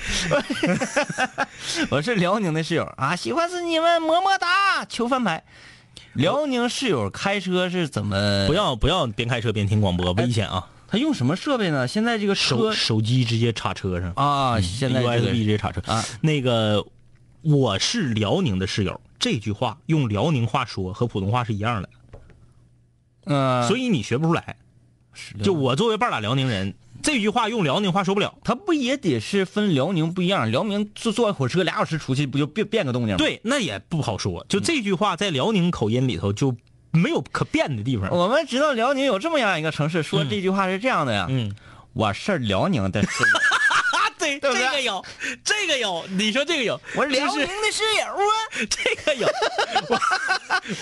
Speaker 3: 我是辽宁的室友啊，喜欢死你们，么么哒，求翻牌。辽宁室友开车是怎么？
Speaker 4: 不，要不要边开车边听广播，危险啊！
Speaker 3: 他用什么设备呢？现在这个车
Speaker 4: 手手机直接插车上，
Speaker 3: 啊，现在这
Speaker 4: USB 直
Speaker 3: 个
Speaker 4: 接插车
Speaker 3: 啊。
Speaker 4: 那个我是辽宁的室友，这句话用辽宁话说和普通话是一样的，
Speaker 3: 嗯，
Speaker 4: 所以你学不出来。
Speaker 3: 以
Speaker 4: 就我作为半拉辽宁人，这句话用辽宁话说不了。
Speaker 3: 他不也得是分辽宁不一样？辽宁坐坐火车俩小时出去，不就变变个动静吗？
Speaker 4: 对，那也不好说。就这句话在辽宁口音里头就没有可变的地方。
Speaker 3: 我们知道辽宁有这么样一个城市，说这句话是这样的呀，
Speaker 4: 嗯，
Speaker 3: 我是辽宁的室友，
Speaker 4: <laughs> 啊，对，
Speaker 3: 不对
Speaker 4: 这个有， <laughs> 这个有，你说这个有，
Speaker 3: 我是辽宁的室友啊。
Speaker 4: 这个 <laughs> 有。我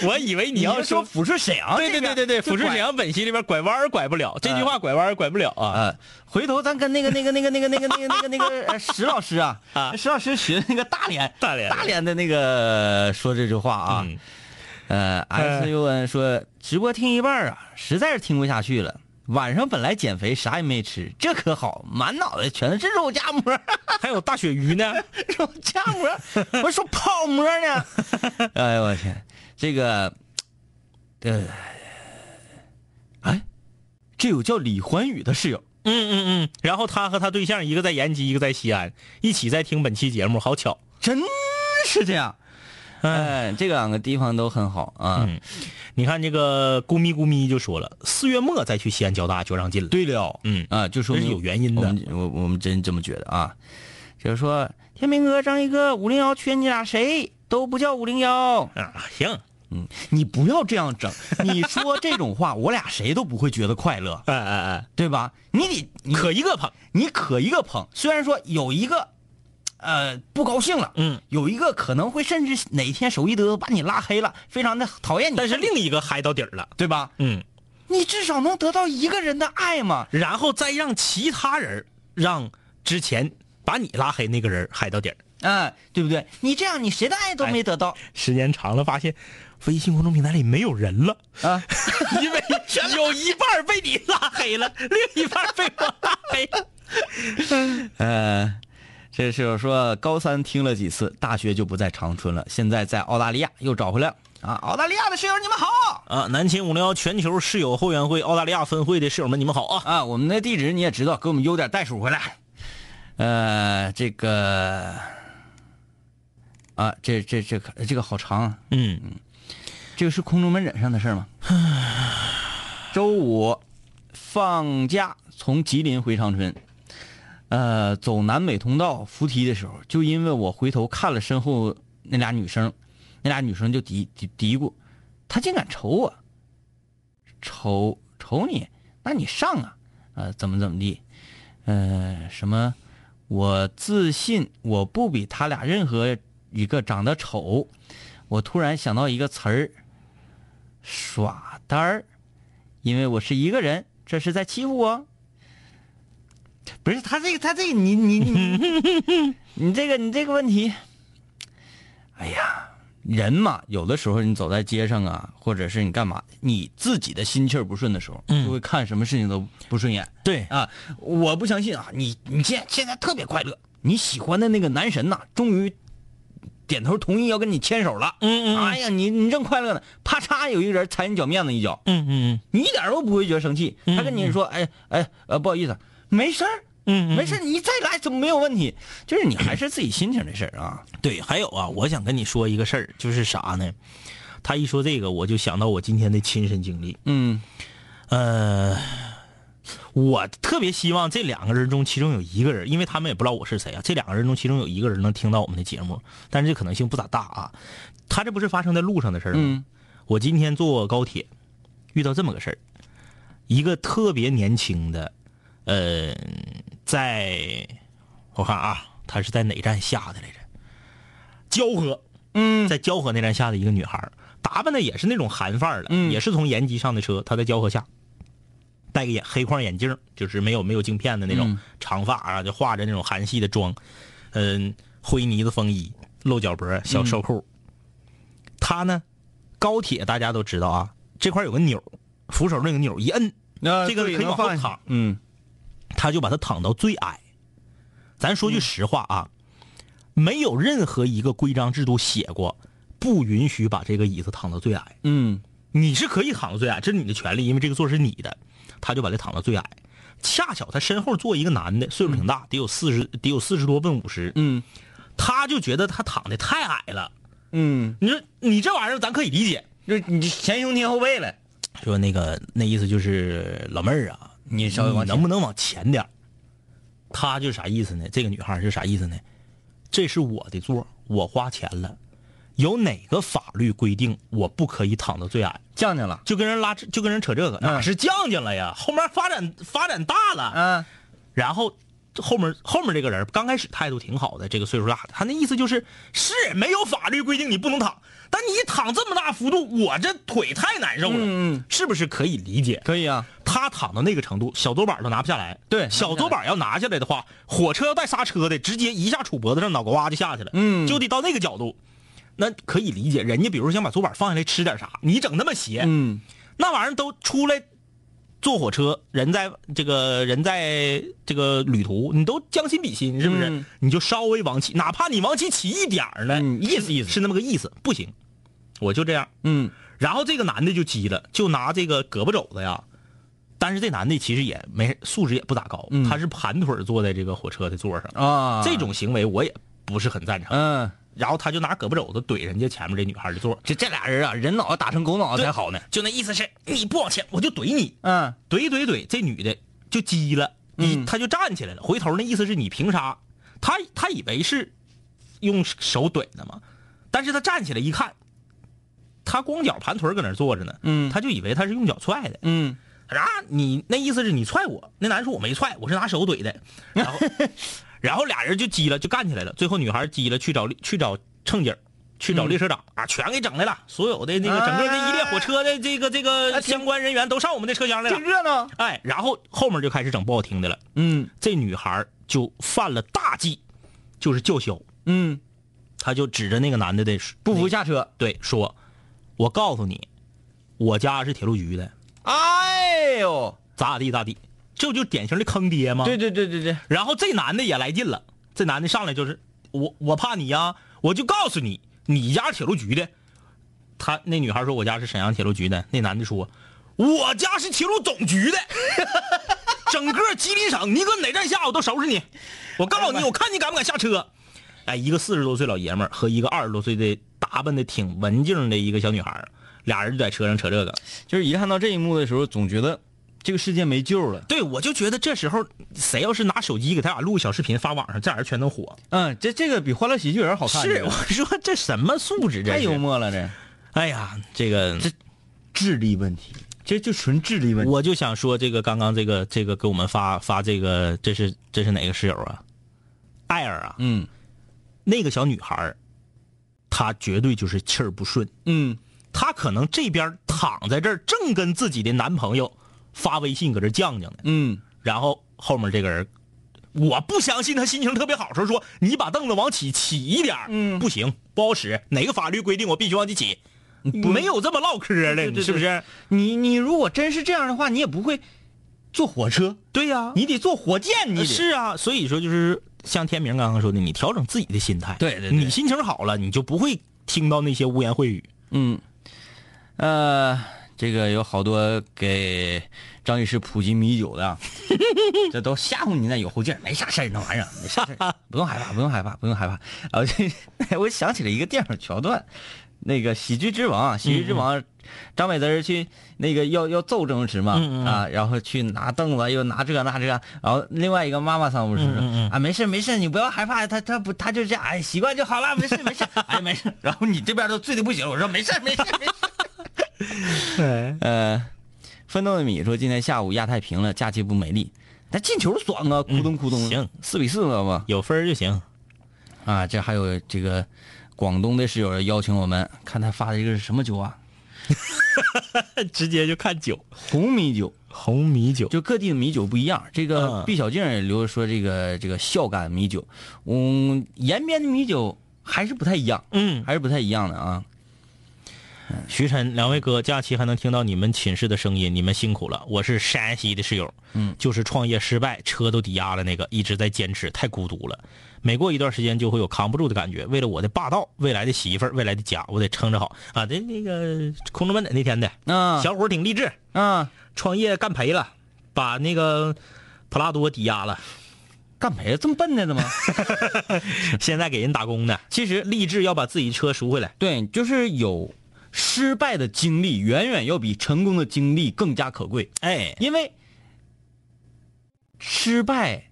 Speaker 4: 我以为
Speaker 3: 你
Speaker 4: 你要
Speaker 3: 要说抚顺沈阳，
Speaker 4: 对对对对对，
Speaker 3: 这个
Speaker 4: 抚顺沈。阳本溪这边拐弯儿拐不了，这句话拐弯儿拐不了啊。
Speaker 3: 呃，回头咱跟那个那个那个那个那个那个那个那个呃石老师啊，
Speaker 4: 啊
Speaker 3: 石老师学那个大连
Speaker 4: 大连
Speaker 3: 大连的那个说这句话啊，
Speaker 4: 嗯
Speaker 3: 呃，S U N 说直播听一半儿啊，实在是听不下去了。晚上本来减肥啥也没吃，这可好，满脑袋全是肉夹馍。
Speaker 4: 还有大鳕鱼 <laughs> 呢，
Speaker 3: 肉夹馍，我说泡馍呢。 <laughs> 哎呦我天，这个，呃，哎，这有叫李欢宇的室友，
Speaker 4: 嗯嗯嗯。然后他和他对象一个在延吉，一个在西安，一起在听本期节目，好巧。
Speaker 3: 真是这样。哎，这两个地方都很好啊。
Speaker 4: 嗯你看这个咕咪咕咪就说了，四月末再去西安交大就让进了。
Speaker 3: 对了，
Speaker 4: 嗯
Speaker 3: 啊，就说
Speaker 4: 这是
Speaker 3: 明
Speaker 4: 有原因的
Speaker 3: 我们我我们真这么觉得啊，就是说天明哥、张一哥、五零幺缺你俩谁都不叫五零幺。
Speaker 4: 啊，行，
Speaker 3: 嗯，你不要这样整，你说这种话，我俩谁都不会觉得快乐，
Speaker 4: 哎哎哎，
Speaker 3: 对吧？你得你
Speaker 4: 可一个捧，
Speaker 3: 你可一个捧，虽然说有一个，呃，不高兴了，
Speaker 4: 嗯，
Speaker 3: 有一个可能会甚至哪天手一哆把你拉黑了，非常的讨厌你，
Speaker 4: 但是另一个嗨到底 <laughs> 儿了，
Speaker 3: 对吧？
Speaker 4: 嗯，
Speaker 3: 你至少能得到一个人的爱嘛，
Speaker 4: 然后再让其他人儿让之前把你拉黑那个人儿嗨到底儿。
Speaker 3: 哎、对不对？你这样你谁的爱都没得到、
Speaker 4: 时间长了，发现微信公众平台里没有人了，
Speaker 3: 啊，
Speaker 4: <laughs> 因为有一半儿被你拉黑了，另一半儿被我拉黑了。
Speaker 3: 呃。这室友说，高三听了几次，大学就不在长春了，现在在澳大利亚又找回来了啊！澳大利亚的室友你们好
Speaker 4: <laughs> 啊，南秦五零幺全球室友后援会澳大利亚分会的室友们，你们好啊！
Speaker 3: 啊！我们的地址你也知道，给我们邮点袋鼠回来。呃，这个啊，这这这可这个好长、啊，
Speaker 4: 嗯，
Speaker 3: 这个是空中门诊上的事儿吗？周五放假从吉林回长春，呃，走南北通道扶梯的时候，就因为我回头看了身后那俩女生，那俩女生就嘀嘀嘀咕，她竟敢瞅我，瞅瞅你，那你上啊，呃，怎么怎么地，呃，什么，我自信我不比他俩任何一个长得丑，我突然想到一个词儿，耍单儿，因为我是一个人，这是在欺负我。不是他这个，他这个，你你你，你这个你这个问题，哎呀，人嘛，有的时候你走在街上啊，或者是你干嘛，你自己的心气儿不顺的时候，就会看什么事情都不顺眼。
Speaker 4: 对，
Speaker 3: 啊，我不相信啊！你你现现在特别快乐，你喜欢的那个男神呐、终于点头同意要跟你牵手了。
Speaker 4: 嗯嗯嗯
Speaker 3: 哎呀，你你正快乐呢，啪嚓，有一个人踩你脚面子一脚，
Speaker 4: 嗯嗯
Speaker 3: 你一点都不会觉得生气。他跟你说，哎哎呃，不好意思，没事儿，
Speaker 4: 嗯
Speaker 3: 没事儿，你再来怎么没有问题？就是你还是自己心情的事儿啊。
Speaker 4: 嗯，对，还有啊，我想跟你说一个事儿，就是啥呢？他一说这个，我就想到我今天的亲身经历。
Speaker 3: 嗯
Speaker 4: 呃，我特别希望这两个人中，其中有一个人，因为他们也不知道我是谁啊。这两个人中，其中有一个人能听到我们的节目，但是这可能性不咋大啊。他这不是发生在路上的事儿吗？
Speaker 3: 嗯
Speaker 4: 我今天坐高铁，遇到这么个事儿，一个特别年轻的，呃，在我看啊，他是在哪站下的来着？蛟河，
Speaker 3: 嗯
Speaker 4: 在蛟河那站下的一个女孩儿，打扮的也是那种韩范儿的，
Speaker 3: 嗯
Speaker 4: 也是从延吉上的车，她在蛟河下，戴个眼黑框眼镜儿，就是没有没有镜片的那种
Speaker 3: 嗯
Speaker 4: 长发啊，就化着那种韩系的妆，嗯，灰呢子风衣，露脚脖儿，小瘦裤。
Speaker 3: 嗯
Speaker 4: 她呢，高铁大家都知道啊，这块儿有个钮儿，扶手那个钮儿一摁，
Speaker 3: 那
Speaker 4: 这个可以往后躺，
Speaker 3: 嗯
Speaker 4: 他就把他躺到最矮。咱说句实话啊，没有任何一个规章制度写过不允许把这个椅子躺到最矮。
Speaker 3: 嗯
Speaker 4: 你是可以躺到最矮，这是你的权利，因为这个座是你的。他就把他躺到最矮，恰巧他身后坐一个男的，岁数挺大，得有四十，得有四十多奔五十。
Speaker 3: 嗯
Speaker 4: 他就觉得他躺的太矮了。
Speaker 3: 嗯，
Speaker 4: 你说你这玩意儿，咱可以理解。
Speaker 3: 就是你前胸贴后背了，
Speaker 4: 说那个那意思就是老妹儿啊，
Speaker 3: 你稍微往前
Speaker 4: 你能不能往前点儿她就啥意思呢？这个女孩儿是啥意思呢？这是我的座儿，我花钱了，有哪个法律规定我不可以躺到最矮？
Speaker 3: 降降了。
Speaker 4: 就跟人拉扯，就跟人扯这个，
Speaker 3: 嗯
Speaker 4: 哪是犟犟了呀？后面发展发展大了，
Speaker 3: 啊，
Speaker 4: 然后后面后面这个人刚开始态度挺好的，这个岁数大的，他那意思就是是没有法律规定你不能躺，但你一躺这么大幅度，我这腿太难受了，
Speaker 3: 嗯嗯
Speaker 4: 是不是可以理解？
Speaker 3: 可以啊，
Speaker 4: 他躺到那个程度，小桌板都拿不下来。
Speaker 3: 对
Speaker 4: 小桌板要拿下来的话，火车要带刹车的，直接一下杵脖子上，脑瓜哇就下去了。
Speaker 3: 嗯
Speaker 4: 就得到那个角度，那可以理解。人家比如想把桌板放下来吃点啥，你整那么斜，
Speaker 3: 嗯
Speaker 4: 那玩意儿都出来坐火车，人在这个人在这个旅途，你都将心比心，是不是？
Speaker 3: 嗯
Speaker 4: 你就稍微往起，哪怕你往起起一点儿呢，
Speaker 3: 嗯意思意思
Speaker 4: 是那么个意思。不行，我就这样。
Speaker 3: 嗯
Speaker 4: 然后这个男的就急了，就拿这个胳膊肘子呀。但是这男的其实也没素质也不咋高，
Speaker 3: 嗯
Speaker 4: 他是盘腿儿坐在这个火车的座上，
Speaker 3: 啊，
Speaker 4: 这种行为我也不是很赞成。
Speaker 3: 嗯，
Speaker 4: 然后他就拿胳膊肘子怼人家前面这女孩的座，
Speaker 3: 这这俩人啊，人脑袋打成狗脑袋才好呢。
Speaker 4: 就那意思是你不往前我就怼你，
Speaker 3: 嗯
Speaker 4: 怼怼怼，这女的就急了，
Speaker 3: 嗯
Speaker 4: 一她就站起来了，回头那意思是你凭啥？她她以为是用手怼的嘛，但是她站起来一看，她光脚盘腿搁那儿坐着呢，
Speaker 3: 嗯
Speaker 4: 她就以为她是用脚踹的，
Speaker 3: 嗯，
Speaker 4: 啊，你那意思是你踹我？那男人说我没踹，我是拿手怼的。然
Speaker 3: <laughs>
Speaker 4: 后，然后俩人就激了，就干起来了。最后女孩激了，去找去找乘警，去
Speaker 3: 嗯
Speaker 4: 找列车长、啊，全给整来了。所有的那个整个这一列火车的这个这
Speaker 3: 啊
Speaker 4: 个
Speaker 3: 挺
Speaker 4: 相关人员都上我们的车厢来了。
Speaker 3: 热闹。
Speaker 4: 哎，然后后面就开始整不好听的了。
Speaker 3: 嗯
Speaker 4: 这女孩就犯了大忌，就是叫嚣，
Speaker 3: 嗯，
Speaker 4: 她就指着那个男的的
Speaker 3: 不服下车。
Speaker 4: 对说：“我告诉你，我家是铁路局的，
Speaker 3: 哎呦，
Speaker 4: 咋咋地咋地。”这不就典型的坑爹吗？
Speaker 3: 对对对对对，
Speaker 4: 然后这男的也来劲了，这男的上来就是我我怕你呀、我就告诉你，你家是铁路局的。他那女孩说我家是沈阳铁路局的，那男的说我家是铁路总局的， <laughs> 整个吉林省你搁哪站下我都收拾你，我告诉你，我看你敢不敢下车。哎，一个四十多岁老爷们儿和一个二十多岁的打扮的挺文静的一个小女孩儿，俩人就在车上扯这个。
Speaker 3: 就是一看到这一幕的时候，总觉得这个世界没救了。
Speaker 4: 对，我就觉得这时候谁要是拿手机给他俩录个小视频发网上，这俩人全能火。
Speaker 3: 嗯，这这个比《欢乐喜剧人》好看，
Speaker 4: 是，
Speaker 3: 这
Speaker 4: 我
Speaker 3: 个
Speaker 4: 说这什么素质？这
Speaker 3: 太
Speaker 4: 是
Speaker 3: 幽。默了，这
Speaker 4: 哎呀，这个
Speaker 3: 这智力问题，这就纯智力问题。
Speaker 4: 我就想说，这个刚刚这个这个给我们发发这个，这是这是哪个室友啊？艾尔啊，
Speaker 3: 嗯
Speaker 4: 那个小女孩儿，她绝对就是气儿不顺，
Speaker 3: 嗯
Speaker 4: 她可能这边躺在这儿正跟自己的男朋友发微信搁这犟犟呢。
Speaker 3: 嗯，
Speaker 4: 然后后面这个人，我不相信他心情特别好的时候说：“你把凳子往起起一点儿，
Speaker 3: 嗯
Speaker 4: 不行，不好使。哪个法律规定我必须往起起？没有这么唠嗑的，
Speaker 3: 对对
Speaker 4: 你是不是？
Speaker 3: 你你如果真是这样的话，你也不会坐火车，
Speaker 4: 对呀、
Speaker 3: 你得坐火箭，你
Speaker 4: 你
Speaker 3: 得
Speaker 4: 是啊，所以说就是像天明刚刚说的，你调整自己的心态。
Speaker 3: 对对对
Speaker 4: 你心情好了，你就不会听到那些污言秽语。
Speaker 3: 嗯，呃，这个有好多给张律师普及米酒的
Speaker 4: <laughs>
Speaker 3: 啊，这都吓唬你那有后劲儿，没啥事儿，那玩意儿没啥事
Speaker 4: <laughs>
Speaker 3: 儿，不用害怕，不用害怕，不用害怕。啊，这 <laughs> 我想起了一个电影桥段，那个《喜剧之王》，《啊喜
Speaker 4: 嗯
Speaker 3: 剧之王》张柏芝儿去那个要要揍周星驰嘛，
Speaker 4: 嗯嗯嗯
Speaker 3: 啊，然后去拿凳子，又拿这个拿这个，然后另外一个妈妈
Speaker 4: 嗯
Speaker 3: 桑不是说、啊，没事没事，你不要害怕，他他不他就这样，哎，习惯就好了，没事没事，哎没事， <laughs> 然后你这边都醉的不行，我说没事没事没事，呃，奋斗的米说今天下午亚太平了，假期不美丽，但进球爽啊，咕咚咕咚，
Speaker 4: 嗯行，
Speaker 3: 四比四了吧？
Speaker 4: 有分儿就行。
Speaker 3: 啊，这还有这个广东的室友邀请我们，看他发的一个是什么酒啊？
Speaker 4: <laughs> 直接就看酒，
Speaker 3: 红米酒。
Speaker 4: 红米酒。
Speaker 3: 就各地的米酒不一样。这个
Speaker 4: 嗯
Speaker 3: 毕小静也留说这个这个孝感米酒，嗯，延边的米酒还是不太一样，
Speaker 4: 嗯，
Speaker 3: 还是不太一样的啊。
Speaker 4: 徐晨，两位哥，假期还能听到你们寝室的声音，你们辛苦了。我是山西的室友，
Speaker 3: 嗯，
Speaker 4: 就是创业失败，车都抵押了那个，一直在坚持，太孤独了。每过一段时间就会有扛不住的感觉。为了我的霸道，未来的媳妇儿，未来的家，我得撑着好啊！这那个空中门诊那天的、
Speaker 3: 啊
Speaker 4: 小伙儿挺励志，
Speaker 3: 啊，
Speaker 4: 创业干赔了，把那个 <laughs> 普拉多抵押了，
Speaker 3: 干赔这么笨的呢
Speaker 4: <laughs>
Speaker 3: 吗？
Speaker 4: 现在给人打工呢。其实励志要把自己车赎回来。
Speaker 3: 对，就是有失败的经历，远远要比成功的经历更加可贵，
Speaker 4: 哎，
Speaker 3: 因为失败。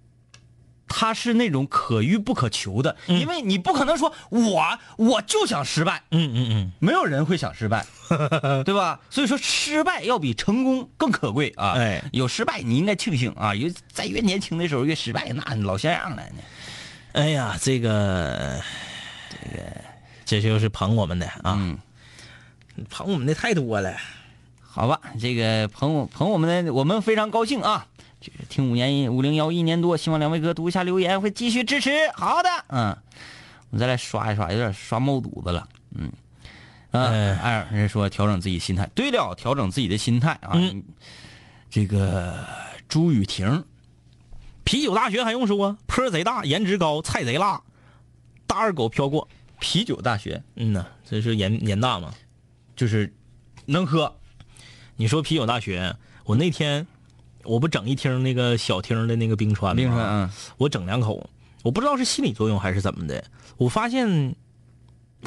Speaker 3: 它是那种可遇不可求的，因为你不可能说我我就想失败，
Speaker 4: 嗯嗯嗯，
Speaker 3: 没有人会想失
Speaker 4: <laughs>
Speaker 3: 败，对吧？所以说，失败要比成功更可贵啊！
Speaker 4: 哎，
Speaker 3: 有失败你应该庆幸啊，有在越年轻的时候越失败，那老像样了呢。
Speaker 4: 哎呀，这个，这个，这就是捧我们的啊，
Speaker 3: 嗯
Speaker 4: 捧我们的啊太多了。
Speaker 3: 好吧，这个朋友朋友们呢，我们非常高兴啊！这个听五年五零幺一年多，希望两位哥读一下留言，会继续支持。好的，嗯，我们再来刷一刷，有点刷冒肚子了，嗯。呃，
Speaker 4: 哎
Speaker 3: 艾尔人说调整自己心态，对了，调整自己的心态啊。
Speaker 4: 嗯
Speaker 3: 这个朱雨婷，
Speaker 4: 啤酒大学还用说啊，坡贼大，颜值高，菜贼辣，大二狗飘过。
Speaker 3: 啤酒大学
Speaker 4: 嗯呐，这是盐盐大嘛？
Speaker 3: 就是能喝，
Speaker 4: 你说啤酒大学，我那天我不整一听那个小听的那个冰川吗？
Speaker 3: 冰川嗯
Speaker 4: 我整两口，我不知道是心理作用还是怎么的，我发现。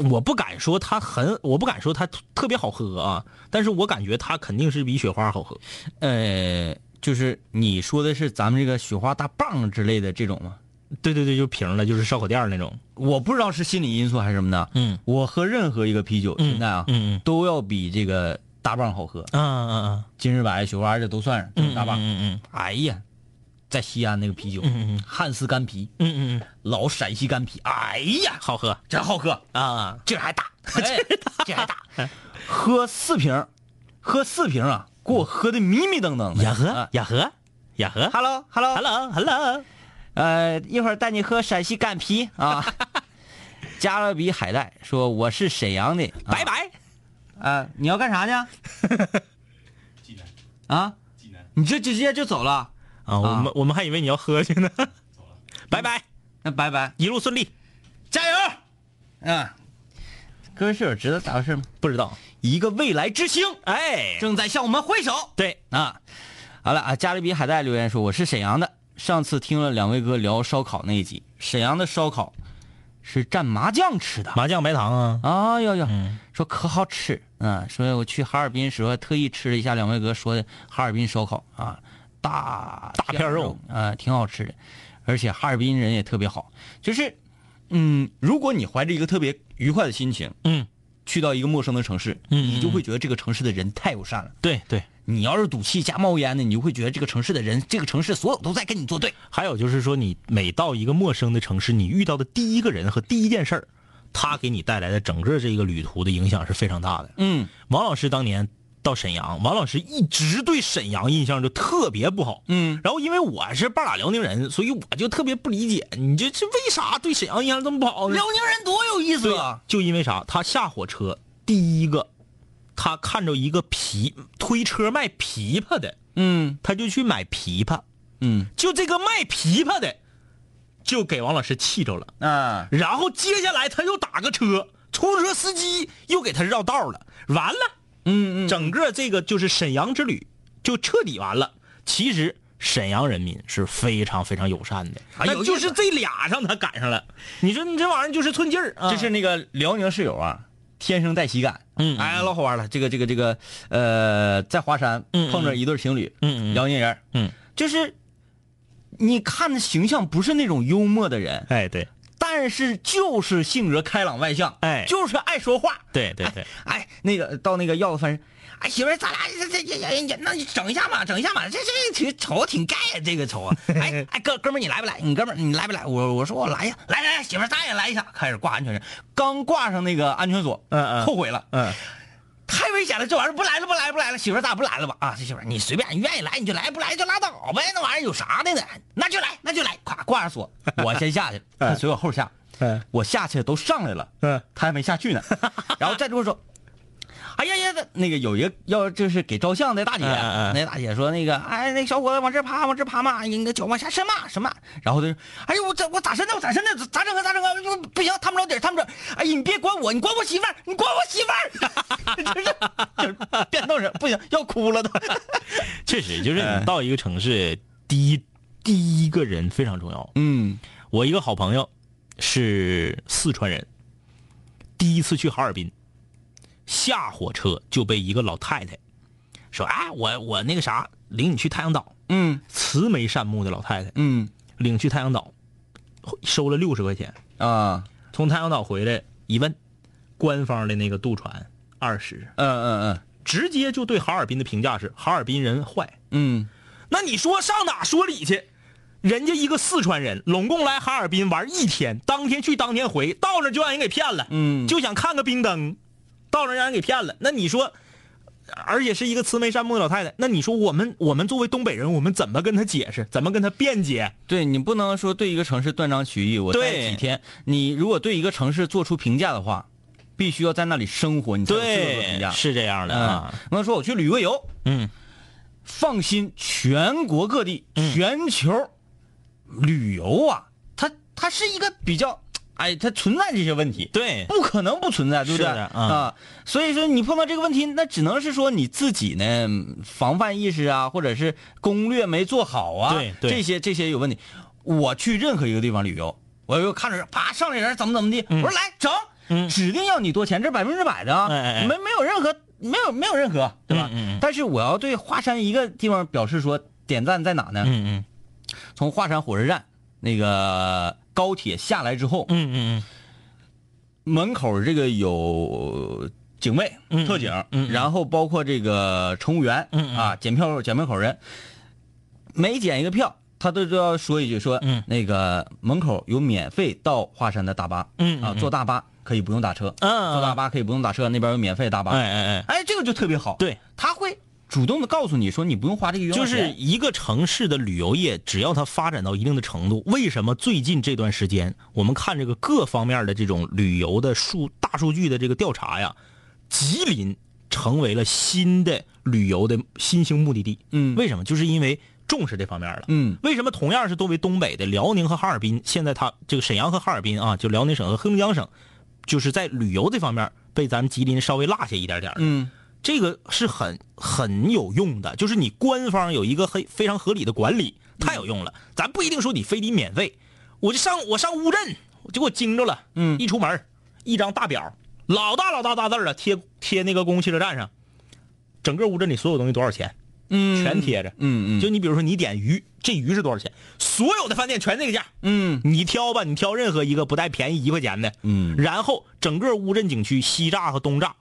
Speaker 4: 我不敢说它很，我不敢说它特别好喝啊，但是我感觉它肯定是比雪花好喝。嗯
Speaker 3: 呃，就是你说的是咱们这个雪花大棒之类的这种吗？
Speaker 4: 对对对，就瓶儿的，就是烧烤店儿那种。
Speaker 3: 我不知道是心理因素还是什么的。
Speaker 4: 嗯，
Speaker 3: 我喝任何一个啤酒现在啊，
Speaker 4: 嗯嗯
Speaker 3: 都要比这个大棒好喝，
Speaker 4: 嗯啊
Speaker 3: 金日百、雪花这都算上，都是大棒。
Speaker 4: 嗯嗯
Speaker 3: 哎呀，在西安那个啤酒，
Speaker 4: 嗯嗯嗯
Speaker 3: 汉斯干啤，
Speaker 4: 嗯嗯嗯，
Speaker 3: 老陕西干啤，哎呀，
Speaker 4: 好喝
Speaker 3: 真好喝，
Speaker 4: 啊！
Speaker 3: 劲儿还大，哎、劲儿还大， <laughs> 喝四瓶，喝四瓶啊，给我喝的迷迷瞪瞪的。
Speaker 4: 雅
Speaker 3: 啊
Speaker 4: 和雅和雅和
Speaker 3: Hello Hello
Speaker 4: ，Hello Hello，
Speaker 3: 呃，一会儿带你喝陕西干啤啊。 <laughs> 加勒比海带说我是沈阳的，啊
Speaker 4: 拜拜。
Speaker 3: 啊，你要干啥去？ <laughs> 啊，你这直接就走了？
Speaker 4: 啊，我们我们还以为你要喝去呢。拜拜，
Speaker 3: 那拜拜，
Speaker 4: 一路顺利。
Speaker 3: 加油！啊，各位室友知道咋回事吗？
Speaker 4: 不知道，
Speaker 3: 一个未来之星
Speaker 4: 哎，
Speaker 3: 正在向我们挥手。
Speaker 4: 对，
Speaker 3: 啊，好了啊，加勒比海带留言说我是沈阳的，上次听了两位哥聊烧烤那一集，沈阳的烧烤是蘸麻酱吃的。
Speaker 4: 麻酱白糖啊，
Speaker 3: 哎呦呦，
Speaker 4: 嗯
Speaker 3: 说可好吃，嗯，说我去哈尔滨时候特意吃了一下两位哥说的哈尔滨烧烤啊，大
Speaker 4: 大片肉
Speaker 3: 肉，啊，挺好吃的，而且哈尔滨人也特别好，就是，嗯，如果你怀着一个特别愉快的心情
Speaker 4: 嗯，
Speaker 3: 去到一个陌生的城市，
Speaker 4: 嗯
Speaker 3: 你就会觉得这个城市的人太友善了。
Speaker 4: 对对。
Speaker 3: 你要是赌气加冒烟的，你就会觉得这个城市的人，这个城市所有都在跟你作对。
Speaker 4: 还有就是说，你每到一个陌生的城市，你遇到的第一个人和第一件事儿，他给你带来的整个这个旅途的影响是非常大的。
Speaker 3: 嗯，
Speaker 4: 王老师当年到沈阳，王老师一直对沈阳印象就特别不好。
Speaker 3: 嗯，
Speaker 4: 然后因为我是半拉辽宁人，所以我就特别不理解，你这这为啥对沈阳印象这么不好呢？
Speaker 3: 辽宁人多有意思
Speaker 4: 对
Speaker 3: 啊！，
Speaker 4: 就因为啥？他下火车第一个，他看着一个琵推车卖琵琶的，
Speaker 3: 嗯
Speaker 4: 他就去买琵琶。
Speaker 3: 嗯
Speaker 4: 就这个卖琵琶的，就给王老师气着了。
Speaker 3: 啊，
Speaker 4: 然后接下来他又打个车，出租车司机又给他绕道了，完了，
Speaker 3: 嗯嗯，
Speaker 4: 整个这个就是沈阳之旅就彻底完了。其实沈阳人民是非常非常友善的，
Speaker 3: 哎
Speaker 4: 但
Speaker 3: 有意思
Speaker 4: 就是这俩让他赶上了。你说你这玩意儿就是寸劲儿啊！
Speaker 3: 这是那个辽宁室友啊，天生带喜感。
Speaker 4: 嗯嗯
Speaker 3: 哎，老好玩了。这个这个这个，呃，在华山
Speaker 4: 嗯嗯
Speaker 3: 碰着一对情侣，
Speaker 4: 嗯嗯
Speaker 3: 辽宁人，
Speaker 4: 嗯，
Speaker 3: 就是你看的形象不是那种幽默的人，
Speaker 4: 哎对
Speaker 3: 但是就是性格开朗外向，
Speaker 4: 哎
Speaker 3: 就是爱说话。
Speaker 4: 对对对，
Speaker 3: 哎，那个到那个要子饭人，哎媳妇儿，咱俩这这这这这，那你整一下嘛，整一下嘛，这这挺瞅挺盖呀、这个瞅
Speaker 4: <laughs>
Speaker 3: 啊，哎哎哥哥们儿你来不来？你哥们儿你来不来？我我说我来呀，来来来，媳妇儿咱也来一下，开始挂安全绳，刚挂上那个安全锁，
Speaker 4: 嗯嗯
Speaker 3: 后悔了，
Speaker 4: 嗯，
Speaker 3: <laughs> 太危险了，这玩意儿不来了不来了不来了，媳妇儿咱俩不来了吧啊，这媳妇儿你随便，你愿意来你就来，不来就拉倒呗，那玩意儿有啥的呢？那就来那就来，咵挂上锁，我先
Speaker 4: <laughs>
Speaker 3: 下去，他随我后下，
Speaker 4: 嗯
Speaker 3: 我下去都上来了，
Speaker 4: 嗯，
Speaker 3: 他还没下
Speaker 4: <laughs>
Speaker 3: 去呢，然后站住说。哎呀呀，那个有一个要就是给照相的大姐，
Speaker 4: 嗯嗯嗯
Speaker 3: 那大姐说那个，哎，那小伙子往这爬，往这爬嘛，哎你个脚往下伸嘛，伸嘛。然后他说，哎呦，我咋我咋伸的，我咋伸的，咋整啊，咋整啊，不不行，他们着底儿，他们着。哎呀，你别管我，你管我媳妇儿，你管我媳妇儿，真 <laughs> 是就是变动人，不行，要哭了都。
Speaker 4: 确实就是
Speaker 3: 哎
Speaker 4: 你到一个城市，第一第一个人非常重要。
Speaker 3: 嗯
Speaker 4: 我一个好朋友是四川人，第一次去哈尔滨，下火车就被一个老太太说：“哎，我我那个啥，领你去太阳岛。
Speaker 3: 嗯”
Speaker 4: 慈眉善目的老太太
Speaker 3: 嗯
Speaker 4: 领去太阳岛，收了六十块钱。
Speaker 3: 啊，
Speaker 4: 从太阳岛回来一问，官方的那个渡船二十，
Speaker 3: 嗯嗯
Speaker 4: 直接就对哈尔滨的评价是哈尔滨人坏。
Speaker 3: 嗯
Speaker 4: 那你说上哪说理去？人家一个四川人，拢共来哈尔滨玩一天，当天去当天回，到那就让人给骗了，
Speaker 3: 嗯
Speaker 4: 就想看个冰灯，到那让人给骗了。那你说，而且是一个慈眉善目的老太太，那你说我们我们作为东北人，我们怎么跟她解释？怎么跟她辩解？
Speaker 3: 对你不能说对一个城市断章取义。我
Speaker 4: 对
Speaker 3: 待几天，你如果对一个城市做出评价的话，必须要在那里生活，你才有资格做评价。
Speaker 4: 是这样的
Speaker 3: 嗯
Speaker 4: 啊，，
Speaker 3: 那说我去旅个游，
Speaker 4: 嗯，
Speaker 3: 放心，全国各地、
Speaker 4: 嗯
Speaker 3: 全球旅游啊，它它是一个比较，哎，它存在这些问题。
Speaker 4: 对，
Speaker 3: 不可能不存在，对不对？
Speaker 4: 是的嗯
Speaker 3: 啊，所以说你碰到这个问题，那只能是说你自己呢防范意识啊，或者是攻略没做好啊，
Speaker 4: 对对
Speaker 3: 这些这些有问题。我去任何一个地方旅游，我又看着啪上来人怎么怎么地，我说来整，
Speaker 4: 嗯
Speaker 3: 指定要你多钱，这百分之百的啊，
Speaker 4: 哎哎哎
Speaker 3: 没没有任何没有没有任何，对吧？
Speaker 4: 嗯嗯嗯
Speaker 3: 但是我要对华山一个地方表示说点赞在哪呢？
Speaker 4: 嗯嗯
Speaker 3: 从华山火车站那个高铁下来之后，
Speaker 4: 嗯嗯
Speaker 3: 门口这个有警卫、
Speaker 4: 嗯
Speaker 3: 特警，
Speaker 4: 嗯嗯
Speaker 3: 然后包括这个乘务员，
Speaker 4: 嗯嗯
Speaker 3: 啊，检票检票口人，每检一个票，他都都要说一句说，
Speaker 4: 嗯
Speaker 3: 那个门口有免费到华山的大巴，
Speaker 4: 嗯
Speaker 3: 啊，
Speaker 4: 嗯
Speaker 3: 坐大巴可以不用打车，
Speaker 4: 嗯嗯
Speaker 3: 坐大巴可以不用打车，那边有免费大
Speaker 4: 嗯，
Speaker 3: 巴，
Speaker 4: 哎哎哎，
Speaker 3: 哎，这个就特别好，
Speaker 4: 对，
Speaker 3: 他会主动的告诉你说你不用花这个冤枉
Speaker 4: 就是
Speaker 3: 钱
Speaker 4: 一个城市的旅游业，只要它发展到一定的程度，为什么最近这段时间我们看这个各方面的这种旅游的数大数据的这个调查呀，吉林成为了新的旅游的新兴目的地？
Speaker 3: 嗯
Speaker 4: 为什么？就是因为重视这方面了。
Speaker 3: 嗯
Speaker 4: 为什么同样是作为东北的辽宁和哈尔滨，现在它这个沈阳和哈尔滨啊，就辽宁省和黑龙江省，就是在旅游这方面被咱们吉林稍微落下一点点儿了
Speaker 3: 嗯
Speaker 4: 这个是很很有用的，就是你官方有一个很非常合理的管理，太有用了。
Speaker 3: 嗯
Speaker 4: 咱不一定说你非得免费，我就上我上乌镇，我就给我惊着了。
Speaker 3: 嗯
Speaker 4: 一出门一张大表，老大老大大字儿了，啊贴贴那个公共汽车站上，整个乌镇里所有东西多少钱，
Speaker 3: 嗯，
Speaker 4: 全贴着。
Speaker 3: 嗯嗯
Speaker 4: 就你比如说你点鱼，这鱼是多少钱？所有的饭店全这个价，
Speaker 3: 嗯
Speaker 4: 你挑吧，你挑任何一个不带便宜一块钱的。
Speaker 3: 嗯
Speaker 4: 然后整个乌镇景区西栅和东栅，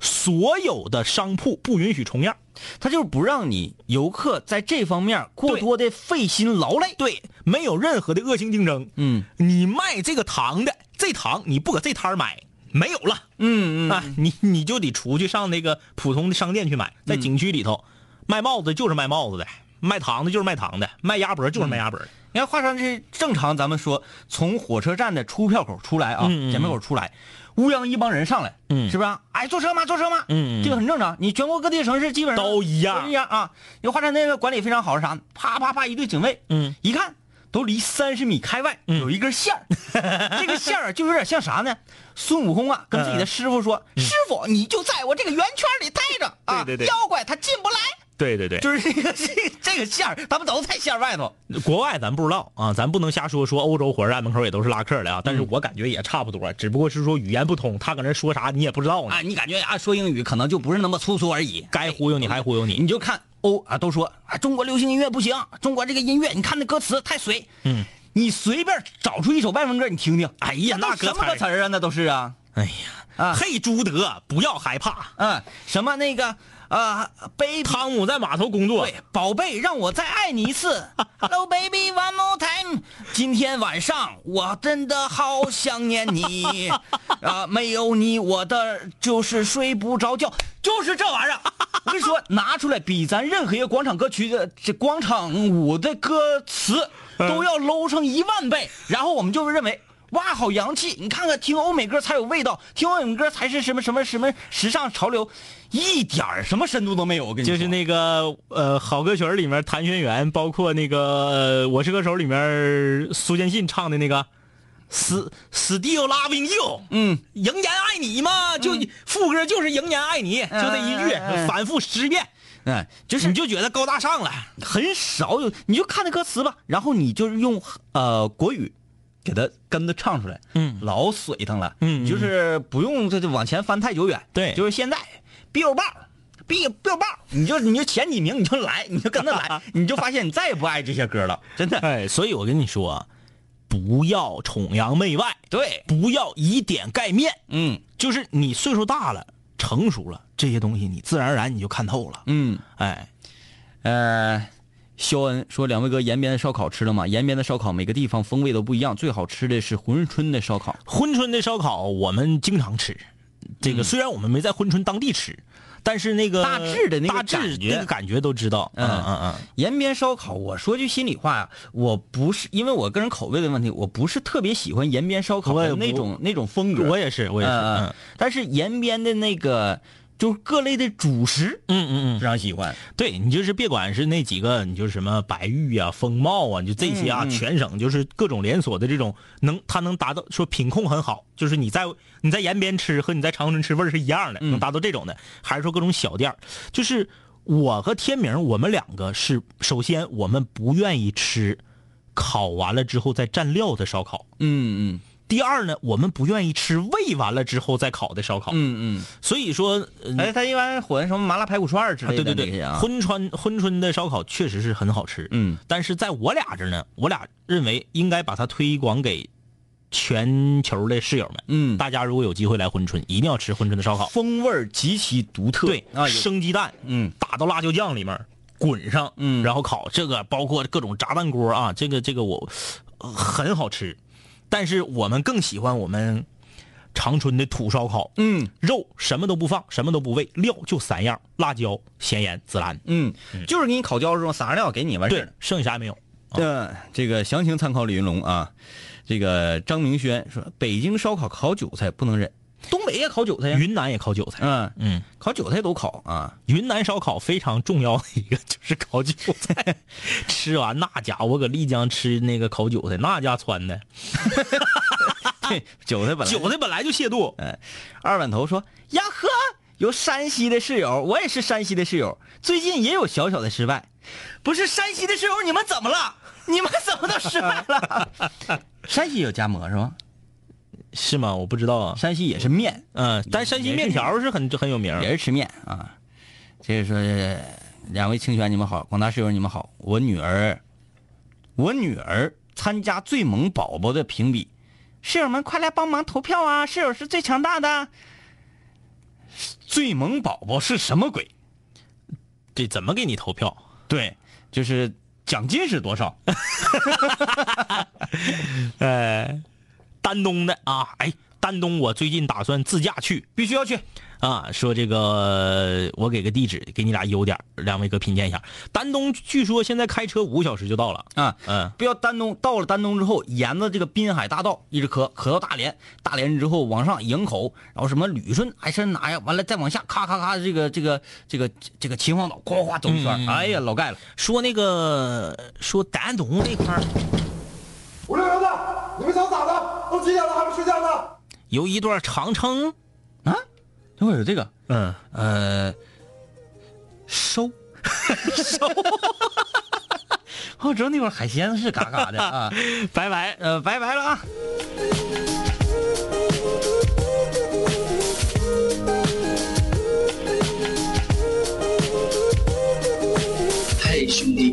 Speaker 4: 所有的商铺不允许重样。
Speaker 3: 他就是不让你游客在这方面过多的费心劳累。
Speaker 4: 对，没有任何的恶性竞争。
Speaker 3: 嗯，
Speaker 4: 你卖这个糖的，这糖你不搁这摊儿买，没有了。
Speaker 3: 嗯
Speaker 4: 啊，你你就得出去上那个普通的商店去买，在
Speaker 3: 嗯
Speaker 4: 景区里头，卖帽子就是卖帽子的，卖糖的就是卖糖的，卖鸭脖就是卖鸭脖的。
Speaker 3: 你看华山是正常，咱们说从火车站的出票口出来啊，
Speaker 4: 嗯嗯
Speaker 3: 检票口出来，乌泱一帮人上来，
Speaker 4: 嗯
Speaker 3: 是不是、啊？哎，坐车吗？坐车吗？
Speaker 4: 嗯嗯
Speaker 3: 这个很正常。你全国各地城市基本上
Speaker 4: 都一样
Speaker 3: 都一样啊。因为华山那个管理非常好，是啥？啪啪啪，一队警卫，
Speaker 4: 嗯，
Speaker 3: 一看都离三十米开外、有一根线
Speaker 4: <laughs>
Speaker 3: 儿，这个线儿就有点像啥呢？孙悟空啊，跟
Speaker 4: 嗯
Speaker 3: 自己的师傅说：“师傅，你就在我这个圆圈里待着啊，
Speaker 4: 对对对
Speaker 3: 妖怪他进不来。”
Speaker 4: 对对对，
Speaker 3: 就是这个这这个线儿，咱们都在线儿外头。
Speaker 4: 国外咱不知道啊，咱不能瞎说，说欧洲火车站门口也都是拉客的啊，但是我感觉也差不多，只不过是说语言不通，他搁那说啥你也不知道呢，
Speaker 3: 啊，你感觉啊，说英语可能就不是那么粗俗而已，
Speaker 4: 该忽悠你还忽悠你。
Speaker 3: 你就看欧啊，都说啊，中国流行音乐不行，中国这个音乐，你看那歌词太随，
Speaker 4: 嗯，
Speaker 3: 你随便找出一首外文歌，你听听，哎呀，
Speaker 4: 那
Speaker 3: 那什
Speaker 4: 歌
Speaker 3: 么
Speaker 4: 词儿
Speaker 3: 歌词儿啊，那都是啊，
Speaker 4: 哎呀，哎
Speaker 3: 啊
Speaker 4: 嘿，朱德，不要害怕，
Speaker 3: 嗯，什么那个啊，baby，
Speaker 4: 汤姆在码头工作
Speaker 3: 对，，宝贝，让我再爱你一
Speaker 4: <laughs>
Speaker 3: 次，Hello baby one more time，今天晚上我真的好想念
Speaker 4: <laughs>
Speaker 3: 你，啊，没有你我的就是睡不着觉，就是这玩意
Speaker 4: <laughs>
Speaker 3: 儿。我跟你说，拿出来比咱任何一个广场歌曲的这广场舞的歌词
Speaker 4: 嗯
Speaker 3: 都要 low 上一万倍，然后我们就认为。哇，好洋气！你看看，听欧美歌才有味道，听欧美歌才是什么什么什么时尚潮流，一点儿什么深度都没有。我跟你说，
Speaker 4: 就是那个呃，好歌曲儿里面谭轩辕，包括那个、呃《我是歌手》里面苏建信唱的那个“死死 l 拉 g you”，
Speaker 3: 嗯，
Speaker 4: 迎言爱你嘛，就、副歌就是迎言爱你，就这一句，
Speaker 3: 嗯嗯嗯嗯
Speaker 4: 反复十遍，
Speaker 3: 哎，就是
Speaker 4: 你就觉得高大上了。
Speaker 3: 很少有，你就看那歌词吧，然后你就是用呃国语给它跟着唱出来，
Speaker 4: 嗯
Speaker 3: 老水腾了，
Speaker 4: 嗯嗯
Speaker 3: 就是不用这就往前翻太久远，
Speaker 4: 对
Speaker 3: 就是现在 biu 棒，biu biu 棒，你就你就前几名你就来，你就跟着
Speaker 4: <laughs>
Speaker 3: 来，你就发现你再也不爱这些歌了，真的，
Speaker 4: 哎，所以我跟你说啊，不要崇洋媚外，
Speaker 3: 对，
Speaker 4: 不要以点盖面，
Speaker 3: 嗯
Speaker 4: 就是你岁数大了，成熟了，这些东西你自然而然你就看透了。
Speaker 3: 嗯，
Speaker 4: 哎，
Speaker 3: 呃。肖恩说：“两位哥，延边的烧烤吃了吗？延边的烧烤每个地方风味都不一样，最好吃的是珲春的烧烤。
Speaker 4: 珲春的烧烤我们经常吃，这个虽然我们没在珲春当地吃，但是那个
Speaker 3: 大致的那个
Speaker 4: 嗯大致
Speaker 3: 感觉
Speaker 4: 那个感觉都知道。嗯嗯嗯，
Speaker 3: 延边烧烤，我说句心里话呀，我不是因为我个人口味的问题，我不是特别喜欢延边烧烤
Speaker 4: 我也
Speaker 3: 的
Speaker 4: 不
Speaker 3: 那种那种风格。
Speaker 4: 我也是，我也是。
Speaker 3: 嗯
Speaker 4: 嗯
Speaker 3: 嗯，但是延边的那个就是各类的主食
Speaker 4: 嗯嗯
Speaker 3: 非常喜欢。
Speaker 4: 嗯，对你就是别管是那几个，你就是什么白玉啊、风貌啊，你就这些
Speaker 3: 嗯
Speaker 4: 啊，全省就是各种连锁的这种能，它能达到说品控很好，就是你在你在延边吃和你在长春吃味儿是一样
Speaker 3: 嗯
Speaker 4: 的，能达到这种的，还是说各种小店儿就是我和天明，我们两个是首先我们不愿意吃烤完了之后再蘸料的烧烤，
Speaker 3: 嗯嗯
Speaker 4: 第二呢，我们不愿意吃喂完了之后再烤的烧烤，
Speaker 3: 嗯
Speaker 4: 所以说。呃
Speaker 3: 嗯，哎，他一般混什么麻辣排骨串儿之
Speaker 4: 啊，
Speaker 3: 类
Speaker 4: 对
Speaker 3: 的
Speaker 4: 对
Speaker 3: 那些
Speaker 4: 对，
Speaker 3: 啊
Speaker 4: 珲川珲春的烧烤确实是很好吃，
Speaker 3: 嗯，
Speaker 4: 但是在我俩这儿呢，我俩认为应该把它推广给全球的室友们，
Speaker 3: 嗯
Speaker 4: 大家如果有机会来珲春，一定要吃珲春的烧烤，
Speaker 3: 风味儿极其独特。
Speaker 4: 对，
Speaker 3: 啊，有
Speaker 4: 生鸡蛋，
Speaker 3: 嗯，
Speaker 4: 打到辣椒酱里面滚上，
Speaker 3: 嗯
Speaker 4: 然后烤，这个包括各种炸弹锅啊，这个这个我、呃很好吃，但是我们更喜欢我们长春的土烧烤，
Speaker 3: 嗯
Speaker 4: 肉什么都不放，什么都不喂，料就三样：辣椒、咸盐、孜然。
Speaker 3: 嗯，就是给你烤焦是吧？撒上料给你完事儿
Speaker 4: 对
Speaker 3: 了。，
Speaker 4: 剩下没有。
Speaker 3: 这这个详情参考李云龙啊。这个张明轩说，北京烧烤烤韭菜不能忍，东北也烤韭菜呀。
Speaker 4: 云南也烤韭菜，
Speaker 3: 嗯，
Speaker 4: 嗯，
Speaker 3: 烤韭菜都烤啊，
Speaker 4: 云南烧烤非常重要的一个就是烤韭菜， <laughs> 吃完那家伙，我搁丽江吃那个烤韭菜，那家窜的，
Speaker 3: 啊韭菜本来
Speaker 4: 韭菜本来呃就泻肚，
Speaker 3: 二碗头说呀呵，有山西的室友，我也是山西的室友，最近也有小小的失败，不是山西的室友，你们怎么了？你们怎么都失败了？ <laughs> 山西有夹馍是吗？
Speaker 4: 是吗？我不知道啊，
Speaker 3: 山西也是面，
Speaker 4: 嗯，但山西面条是很很有名儿，
Speaker 3: 也是吃面啊。这个说呃两位清泉你们好，广大室友你们好，我女儿，我女儿参加最萌宝宝的评比，室友们快来帮忙投票啊！室友是最强大的。最萌宝宝是什么鬼？
Speaker 4: 这怎么给你投票？
Speaker 3: 对，就是奖金是多少？
Speaker 4: 丹东的啊，哎，丹东我最近打算自驾去，必须要去啊！说这个我给个地址，给你俩邮点儿，两位哥品鉴一下。丹东据说现在开车五个小时就到了，
Speaker 3: 啊，
Speaker 4: 嗯，
Speaker 3: 不要丹东，到了丹东之后，沿着这个滨海大道一直磕磕到大连，大连之后往上营口，然后什么旅顺还是哪呀，完了再往下咔咔咔，这个这个这个这个秦皇岛哗哗走一圈，哎呀老盖了，
Speaker 4: 说那个说丹东那块儿
Speaker 6: 五六零的，你们想咋的？都几点了还不睡觉呢？
Speaker 4: 有一段长城，
Speaker 3: 啊，等会儿有这个
Speaker 4: 嗯，
Speaker 3: 呃 <laughs> 收收， <laughs> 我知道哦那块儿海鲜是嘎嘎的啊，
Speaker 4: 拜拜。
Speaker 3: 呃 <laughs> 拜拜了啊。
Speaker 7: 嘿，兄弟，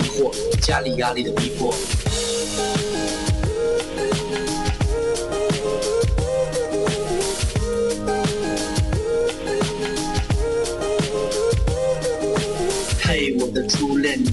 Speaker 7: 惑，家里压力的逼迫。嘿，我的初恋，你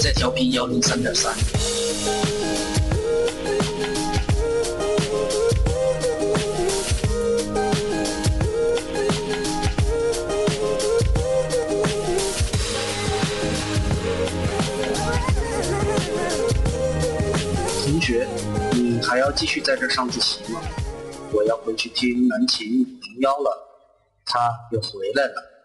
Speaker 7: 在调频幺零三点三。同学，你还要继续在这儿上自习吗？我要回去听南琴零幺了，他又回来了。